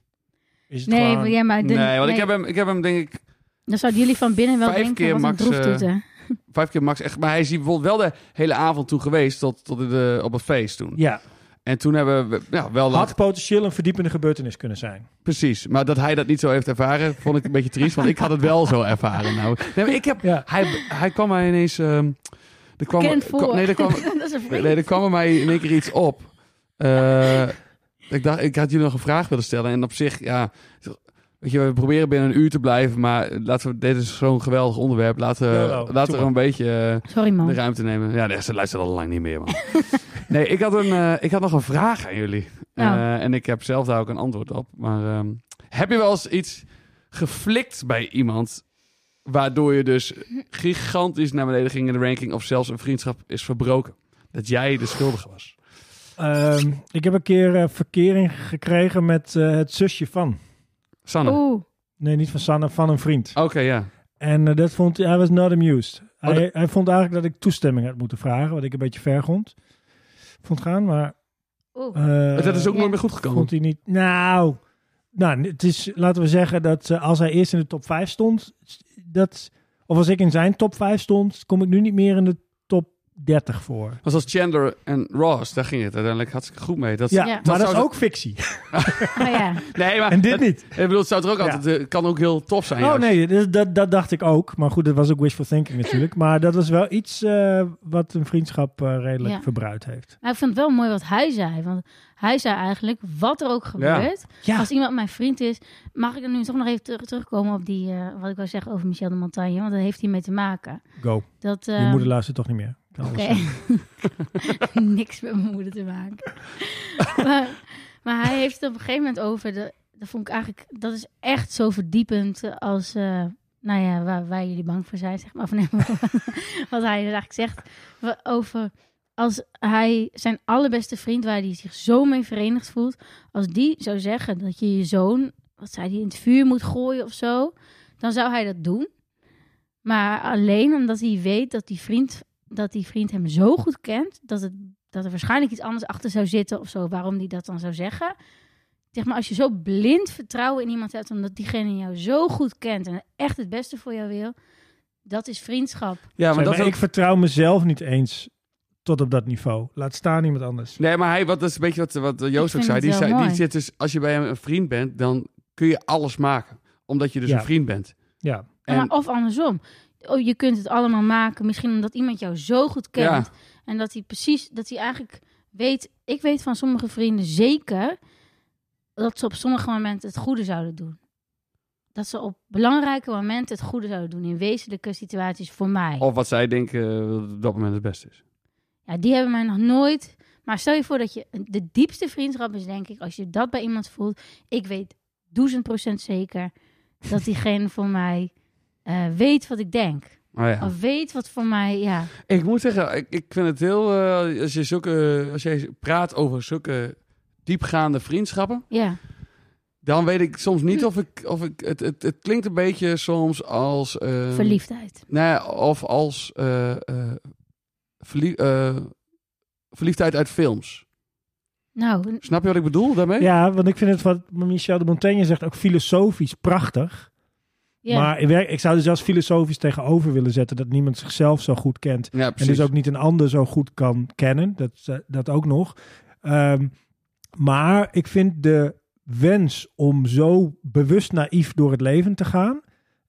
B: Is het
A: Nee,
B: gewoon-
A: maar, ja, maar de-
C: nee, want
A: nee,
C: ik heb, hem, ik heb hem denk ik
A: dan zouden jullie van binnen wel
C: vijf
A: denken
C: keer
A: wat
C: max,
A: een
C: eh,
A: droeftoeter.
C: vijf keer max echt... Maar hij is hier bijvoorbeeld wel de hele avond toe geweest tot, tot in de, op het feest toen.
B: ja,
C: En toen hebben we ja, wel laat.
B: had potentieel een verdiepende gebeurtenis kunnen zijn.
C: Precies. Maar dat hij dat niet zo heeft ervaren, vond ik een beetje triest. Want ik had het wel zo ervaren. Nou, nee, maar ik heb,
B: Ja.
C: hij, hij kwam mij ineens... ehm, er kwam,
A: Kent
C: kwam-
A: voor.
C: nee, er kwam,
A: *laughs* dat is een vriend.
C: nee, er kwam er mij in één keer iets op. Eh, ik dacht, ik had jullie nog een vraag willen stellen. En op zich, ja... Weet je, we proberen binnen een uur te blijven, maar laten we, dit is zo'n geweldig onderwerp. Laten,
B: Jolo,
C: we- laten
B: nou, doe
C: we
B: maar.
C: er een beetje... eh,
A: Sorry man.
C: de ruimte nemen. Ja, nee, ze luistert al lang niet meer, man. *laughs* nee, ik had, een, eh, ik had nog een vraag aan jullie.
A: Nou.
C: Eh, en ik heb zelf daar ook een antwoord op. Maar ehm, heb je wel eens iets geflikt bij iemand... waardoor je dus gigantisch naar beneden ging in de ranking... of zelfs een vriendschap is verbroken? Dat jij de schuldige was.
B: Ehm, ik heb een keer eh, verkering gekregen met eh, het zusje van.
C: Sanne. Oké,
A: Oeh.
B: Nee, niet van Sanne, van een vriend.
C: ja.
B: En eh, dat vond hij, was not amused.
C: Oh,
B: Hij, hij vond eigenlijk dat ik toestemming had moeten vragen, wat ik een beetje ver vond, vond gaan. Maar
A: Oeh.
B: eh,
C: dat is dus ook
A: ja.
C: nooit meer goed gekomen.
B: vond hij niet. Nou, nou, het is, laten we zeggen dat eh, als hij eerst in de top 5 stond, dat, of als ik in zijn top 5 stond, kom ik nu niet meer in de top 30 voor.
C: Was als Chandler en Ross, daar ging het uiteindelijk hartstikke goed mee. Dat,
B: Ja,
A: Ja.
B: maar dat is
C: zou-
B: ook
C: *laughs*
B: fictie.
A: Oh ja.
C: Nee, maar
B: En dit
C: dat-
B: niet.
C: Ik bedoel, het zou er ook
B: Ja.
C: altijd, eh, kan ook heel tof zijn.
B: Oh
C: juist.
B: nee, dat, dat, dat dacht ik ook. Maar goed, dat was ook wishful thinking natuurlijk. Maar dat was wel iets eh, wat een vriendschap eh, redelijk
A: Ja.
B: verbruid heeft.
A: Maar ik vind het wel mooi wat hij zei. Want hij zei eigenlijk, wat er ook gebeurt,
B: Ja.
A: als iemand mijn vriend is, mag ik er nu toch nog even ter- terugkomen op die, eh, wat ik wou zeggen over Michel de Montagne. Want daar heeft hij mee te maken.
B: Go.
A: Dat,
B: Je
A: eh,
B: moeder luistert toch niet meer. Kan alles
A: Oké.
B: zijn.
A: *laughs* Niks met mijn moeder te maken. maar, Maar hij heeft het op een gegeven moment over. De, dat vond ik eigenlijk. Dat is echt zo verdiepend eh, als. eh, nou ja, waar, waar jullie bang voor zijn, zeg maar. Of nee, *laughs* wat hij dus eigenlijk zegt. wa- Over als hij zijn allerbeste vriend, waar hij zich zo mee verenigd voelt. Als die zou zeggen dat je je zoon, wat zei hij, in het vuur moet gooien of zo. Dan zou hij dat doen. Maar alleen omdat hij weet dat die vriend, dat die vriend hem zo goed kent. Dat het dat er waarschijnlijk iets anders achter zou zitten of zo, waarom die dat dan zou zeggen. Zeg maar, als je zo blind vertrouwen in iemand hebt, omdat diegene jou zo goed kent en echt het beste voor jou wil, dat is vriendschap.
C: Ja, maar
B: Zeg
C: dat
B: maar,
C: is ook
B: Ik vertrouw mezelf niet eens tot op dat niveau. Laat staan iemand anders.
C: Nee, maar hij, wat, dat is een beetje wat, wat eh, Joost
A: Ik vind
C: ook zei.
A: het
C: Die,
A: wel
C: zei die
A: mooi.
C: zit dus, als je bij hem een vriend bent, dan kun je alles maken. Omdat je dus
B: Ja.
C: een vriend bent.
B: Ja.
C: En-
A: Maar of andersom. Oh, je kunt het allemaal maken, misschien omdat iemand jou zo goed kent. En dat hij precies, dat hij eigenlijk weet, ik weet van sommige vrienden zeker dat ze op sommige momenten het goede zouden doen. Dat ze op belangrijke momenten het goede zouden doen in wezenlijke situaties voor mij.
C: Of wat zij denken eh, dat op dat moment het beste is.
A: Ja, die hebben mij nog nooit. Maar stel je voor dat je de diepste vriendschap is, denk ik, als je dat bij iemand voelt. Ik weet duizend procent zeker dat diegene voor mij eh, weet wat ik denk.
C: Maar ja.
A: Of weet wat voor mij, ja.
C: Ik moet zeggen, ik, ik vind het heel... eh, als, je zulke, als je praat over zulke diepgaande vriendschappen...
A: ja.
C: dan weet ik soms
A: Hm.
C: niet of ik... Of ik het, het, het klinkt een beetje soms als... eh,
A: Verliefdheid.
C: Nou ja, of als eh, eh, verlie- eh, verliefdheid uit films.
A: Nou, n-
C: Snap je wat ik bedoel daarmee?
B: ja, want ik vind het wat Michel de Montaigne zegt ook filosofisch prachtig.
A: ja.
B: Maar ik, werk- ik zou er zelfs filosofisch tegenover willen zetten dat niemand zichzelf zo goed kent.
C: Ja,
B: En dus ook niet een ander zo goed kan kennen. Dat, eh, dat ook nog. Ehm, maar ik vind de wens om zo bewust naïef door het leven te gaan.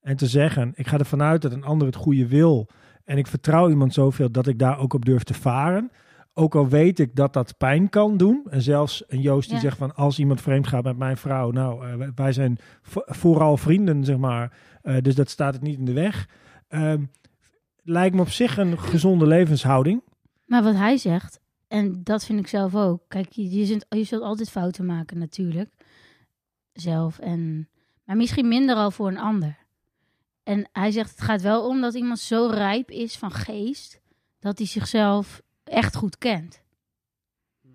B: En te zeggen, ik ga ervan uit dat een ander het goede wil. En ik vertrouw iemand zoveel dat ik daar ook op durf te varen. Ook al weet ik dat dat pijn kan doen. En zelfs een Joost die
A: Ja.
B: zegt van als iemand vreemd gaat met mijn vrouw. Nou, eh, wij- wij zijn vo- vooral vrienden, zeg maar. Eh, dus dat staat het niet in de weg. Ehm, lijkt me op zich een gezonde levenshouding.
A: Maar wat hij zegt, en dat vind ik zelf ook. Kijk, je, je, zult, je zult altijd fouten maken natuurlijk. Zelf. En, maar misschien minder al voor een ander. En hij zegt, het gaat wel om dat iemand zo rijp is van geest... dat hij zichzelf echt goed kent.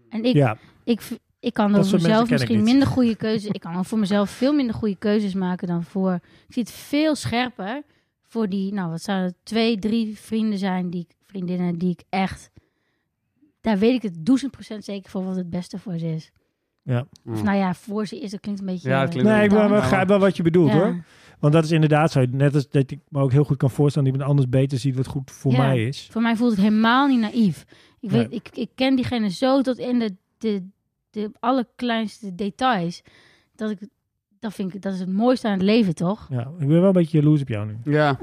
A: En ik,
B: ja.
A: ik, v- ik kan
B: Dat
A: over
B: soort mensen
A: mezelf
B: ken ik
A: misschien
B: niet.
A: minder goede keuzes... ik kan voor mezelf veel minder goede keuzes maken dan voor... Ik zie het veel scherper voor die... Nou, wat zouden het twee, drie vrienden zijn die ik... Vriendinnen die ik echt... Daar weet ik het duizend procent zeker voor wat het beste voor ze is.
B: Ja.
A: Of nou ja, voor ze is, dat klinkt een beetje...
C: Ja, het
A: eh,
C: klinkt
B: Nee, ik
A: dan-
B: wel-
C: Ja.
B: begrijp wel wat je bedoelt
A: Ja.
B: hoor. Want dat is inderdaad zo. Net als dat ik me ook heel goed kan voorstellen dat iemand anders beter ziet wat goed voor
A: Ja.
B: mij is.
A: Voor mij voelt het helemaal niet naïef. Ik, weet,
B: Nee.
A: ik, ik ken diegene zo tot in de, de, de allerkleinste details. Dat, ik, dat, vind ik, dat is het mooiste aan het leven, toch?
B: Ja, ik ben wel een beetje jaloers op jou nu.
C: Ja,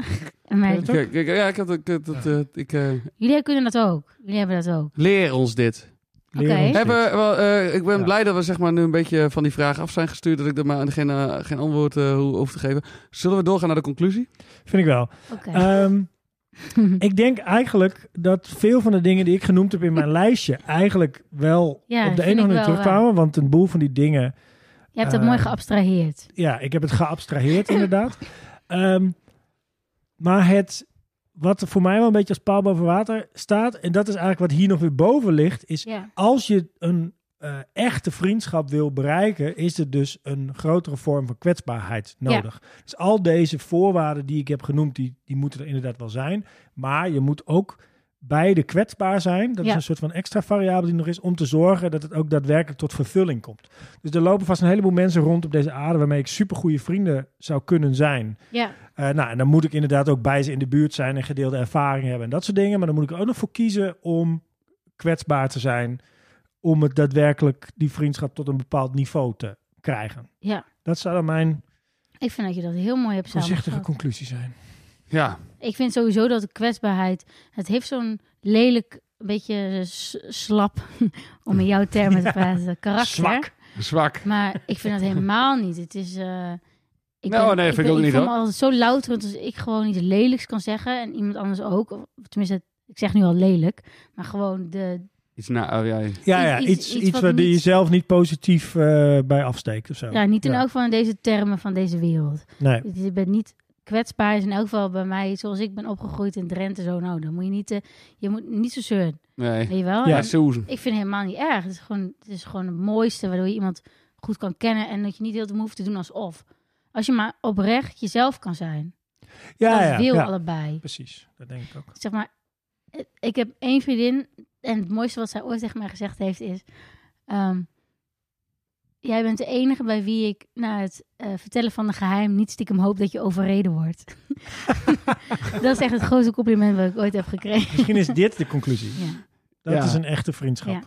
A: En mij-
B: Toch?
C: kijk, kijk, ja, ik, had, ik, had- dat, eh, ik eh,
A: Jullie kunnen dat ook. Jullie hebben dat ook.
C: leer ons dit.
B: Leer
A: Oké.
B: ons dit.
C: Hebben, we- wel, eh, ik ben
B: Ja.
C: blij dat we zeg maar, nu een beetje van die vraag af zijn gestuurd. Dat ik er maar geen, eh, geen antwoord eh, hoe hoef te geven. Zullen we doorgaan naar de conclusie?
B: Vind ik wel.
A: Oké. *laughs*
B: Ehm, ik denk eigenlijk dat veel van de dingen die ik genoemd heb in mijn lijstje eigenlijk wel
A: Ja,
B: op de
A: vind
B: een of
A: ik
B: andere
A: wel
B: terugkwamen. Want een boel van die dingen
A: Je hebt dat mooi
B: eh,
A: geabstraheerd.
B: ja, ik heb het
A: *laughs*
B: geabstraheerd inderdaad. Ehm, maar het, wat er voor mij wel een beetje als paal boven water staat, en dat is eigenlijk wat hier nog weer boven ligt, is
A: Ja.
B: als je een eh, echte vriendschap wil bereiken, is er dus een grotere vorm van kwetsbaarheid nodig. Dus al deze voorwaarden die ik heb genoemd, die, die moeten er inderdaad wel zijn. Maar je moet ook beide kwetsbaar zijn. Dat is
A: Ja.
B: een soort van extra variabele die nog is, om te zorgen dat het ook daadwerkelijk tot vervulling komt. Dus er lopen vast een heleboel mensen rond op deze aarde waarmee ik supergoeie vrienden zou kunnen zijn.
A: Ja.
B: Eh, nou, en dan moet ik inderdaad ook bij ze in de buurt zijn en gedeelde ervaring hebben en dat soort dingen. Maar dan moet ik er ook nog voor kiezen om kwetsbaar te zijn. Om het daadwerkelijk die vriendschap tot een bepaald niveau te krijgen.
A: Ja.
B: Dat zou dan mijn
A: Ik vind dat je dat heel mooi hebt
B: voorzichtige
A: samengevat.
B: conclusie zijn.
C: Ja.
A: Ik vind sowieso dat de kwetsbaarheid... Het heeft zo'n lelijk, beetje s- slap... *laughs* om in jouw termen te praten, karakter.
B: Zwak.
C: Zwak.
A: Maar ik vind dat helemaal niet. Het is... eh, ik
C: Nou, nee, vind ik ook niet,
A: voel me
C: hoor.
A: altijd zo louterend als ik gewoon iets lelijks kan zeggen. En iemand anders ook. Of Tenminste, ik zeg nu al lelijk. Maar gewoon de,
C: Iets na, oh, ja, ja.
B: Ja,
A: Iets-
B: ja
A: iets-
B: iets,
A: iets
B: iets,
A: wat
B: waar je
A: niet-
B: jezelf niet positief eh, bij afsteekt of zo.
A: Ja, niet in
B: Ja.
A: elk geval in deze termen van deze wereld.
B: Nee.
A: Je bent niet kwetsbaar, is in elk geval bij mij, zoals ik ben opgegroeid in Drenthe, zo nou, dan moet je niet, eh, je moet niet zo zeuren,
C: Nee.
A: weet je wel?
B: Ja.
C: Ja, Susan.
A: Ik vind het helemaal niet erg. Het is, gewoon, het is gewoon het mooiste waardoor je iemand goed kan kennen en dat je niet heel te moe hoeft te doen alsof. Als je maar oprecht jezelf kan zijn.
B: Ja,
A: dat
B: ja,
A: wil
B: ja.
A: allebei.
B: Precies, dat denk ik ook.
A: Zeg maar, eh, ik heb één vriendin en het mooiste wat zij ooit tegen mij gezegd heeft is... ehm, jij bent de enige bij wie ik na het eh, vertellen van een geheim niet stiekem hoop dat je overreden wordt. *laughs* dat is echt het grootste compliment wat ik ooit heb gekregen.
B: Misschien is dit de conclusie.
A: Ja,
B: Dat
C: Ja.
B: is een echte vriendschap.
A: Ja.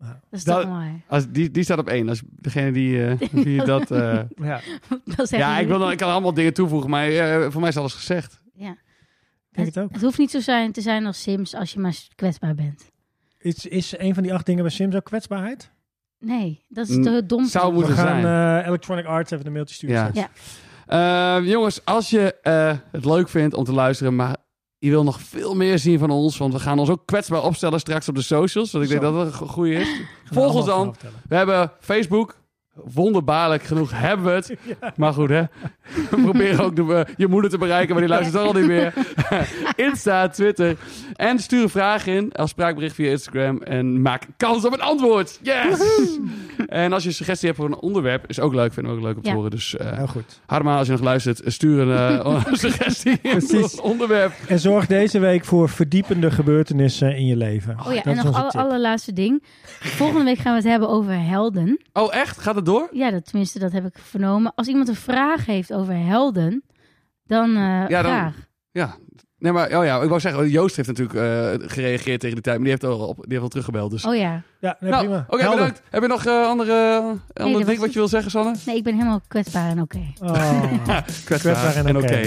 A: dat is
C: Dat-
A: toch mooi. *laughs*
C: Als, die, die staat op één. Als degene die, eh
B: *laughs*
C: die dat... eh,
B: Ja.
A: Dat is echt
C: ja, ik,
A: een-
C: wil, nog- ik kan allemaal dingen toevoegen, maar eh, voor mij is alles gezegd.
A: Ja.
B: denk het ook.
A: hoeft niet zo zijn, te zijn als Sims als je maar kwetsbaar bent.
B: Is, is een van die acht dingen bij Sims ook kwetsbaarheid?
A: Nee, dat is
C: Mm,
A: te dom.
C: Zou
B: We
C: moeten
B: gaan
C: zijn.
B: eh, Electronic Arts even een mailtje sturen.
C: Ja.
B: straks.
A: Ja.
C: Eh, jongens, als je eh, het leuk vindt om te luisteren, maar je wil nog veel meer zien van ons, want we gaan ons ook kwetsbaar opstellen straks op de socials, want ik denk
B: Zo.
C: dat dat een go- goeie is.
B: Gaan we
C: Volg ons
B: allemaal
C: dan.
B: verhaal vertellen.
C: We hebben Facebook. Wonderbaarlijk genoeg hebben we
A: *laughs*
C: het. Maar goed, hè. We proberen ook de, eh, je moeder te bereiken, maar die luistert toch al niet
A: *laughs*
C: meer. Insta, Twitter. En stuur een vraag in als spraakbericht via Instagram. En maak kans op een antwoord. Yes! en als je een suggestie hebt voor een onderwerp, is ook leuk. Vinden we ook leuk om te
A: Ja.
C: horen. Dus eh
B: Heel goed.
C: Harma, als je nog luistert, stuur een
B: *laughs*
C: eh, suggestie in voor
B: Precies.
C: het onderwerp.
B: En zorg deze week voor verdiepende gebeurtenissen in je leven.
A: Oh ja,
B: dat
A: en
B: is
A: nog
B: onze
A: alle,
B: tip.
A: allerlaatste ding. Volgende week gaan we het hebben over helden.
C: Oh, echt? Gaat het door?
A: Ja, dat, tenminste, dat heb ik vernomen. Als iemand een vraag heeft over helden, dan eh
C: dan-
A: graag.
C: Ja. Nee, maar oh ja, ik wou zeggen, Joost heeft natuurlijk eh, gereageerd tegen die tijd, maar die heeft al, op, die heeft al teruggebeld. Dus.
A: Oh ja,
B: Ja, nee,
C: nou,
B: prima.
C: oké,
B: Helder.
C: bedankt. Heb je nog eh, andere, eh,
A: dat
C: ander
A: was
C: ding wat
A: het.
C: je wil zeggen, Sanne?
A: nee, ik ben helemaal kwetsbaar en oké.
B: Oh. Kwetsbaar en oké.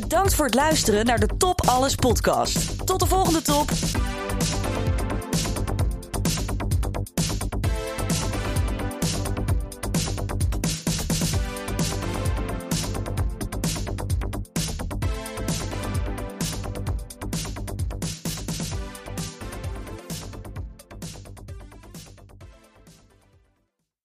D: Bedankt voor het luisteren naar de Top Alles podcast. Tot de volgende top.